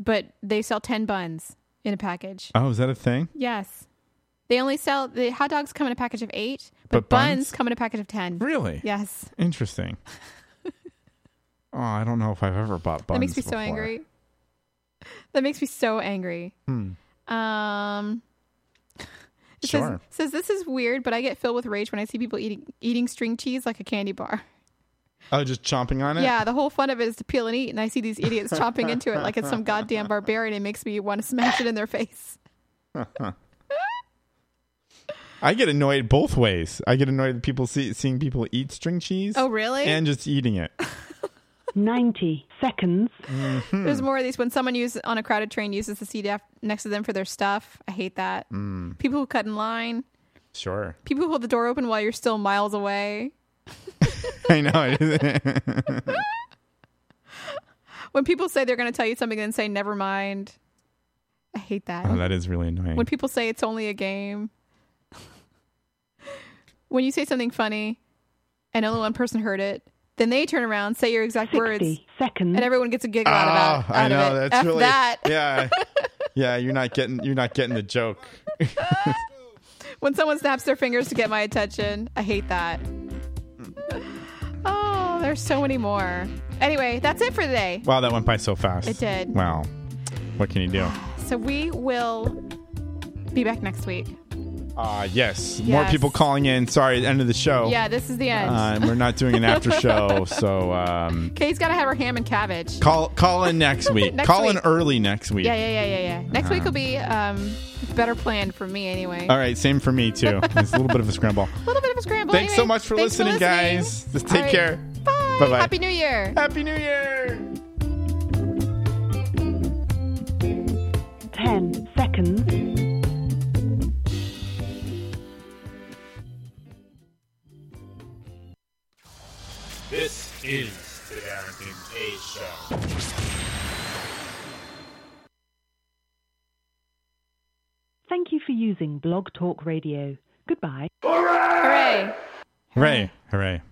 B: but they sell 10 buns in a package.
A: Oh, is that a thing?
B: Yes. They only sell, the hot dogs come in a package of eight,
A: But
B: but,
A: buns?
B: buns? come in a package of 10.
A: Really?
B: Yes.
A: Interesting. oh, I don't know if I've ever bought buns.
B: that makes me so
A: before.
B: angry. That makes me so angry.
A: Hmm.
B: Um, it
A: Sure.
B: says, says this is weird, but I get filled with rage when I see people eating eating string cheese like a candy bar.
A: Oh, just chomping on it.
B: Yeah, the whole fun of it is to peel and eat, and I see these idiots chomping into it like it's some goddamn barbarian. It makes me want to smash it in their face.
A: I get annoyed both ways. I get annoyed at people see, seeing people eat string cheese.
B: Oh, really?
A: And just eating it.
H: 90 seconds.
A: Mhm.
B: There's more of these when someone uses on a crowded train uses the seat af- next to them for their stuff. I hate that.
A: Mm,
B: People who cut in line,
A: sure.
B: people who hold the door open while you're still miles away.
A: I know.
B: When people say they're going to tell you something and then say never mind. I hate that.
A: oh, that is really annoying.
B: When people say it's only a game. when you say something funny and only one person heard it, then they turn around, say your exact words,
H: seconds.
B: and everyone gets a giggle out of
A: Oh,
B: that.
A: I
B: out
A: know
B: of it.
A: that's
B: F
A: really
B: that.
A: yeah, yeah. You're not getting you're not getting the joke.
B: When someone snaps their fingers to get my attention, I hate that. Oh, there's so many more. Anyway, that's it for today.
A: Wow, that went by so fast.
B: It did.
A: Wow, what can you do?
B: So we will be back next week.
A: Uh yes. More
B: Yes.
A: people calling in. Sorry, end of the show.
B: Yeah, this is the end.
A: Uh, we're not doing an after show, so um,
B: Kay's got to have her ham and cabbage.
A: call call in next week.
B: Next
A: call in
B: week.
A: early next week.
B: Yeah, yeah, yeah, yeah, yeah. Next week
A: Uh-huh.
B: will be um, better planned for me anyway.
A: All right, same for me too. It's a little bit of a scramble.
B: A little bit of a scramble.
A: Thanks
B: anyway.
A: so much for,
B: Thanks
A: listening, guys. Just take
B: All right.
A: care.
B: Bye.
A: Bye bye.
B: Happy New Year.
A: Happy New Year.
U: seconds.
V: This is the Darrington K Show.
Q: Thank you for using Blog Talk Radio. Goodbye.
A: Ah!
B: Hooray!
A: Hooray. Hooray.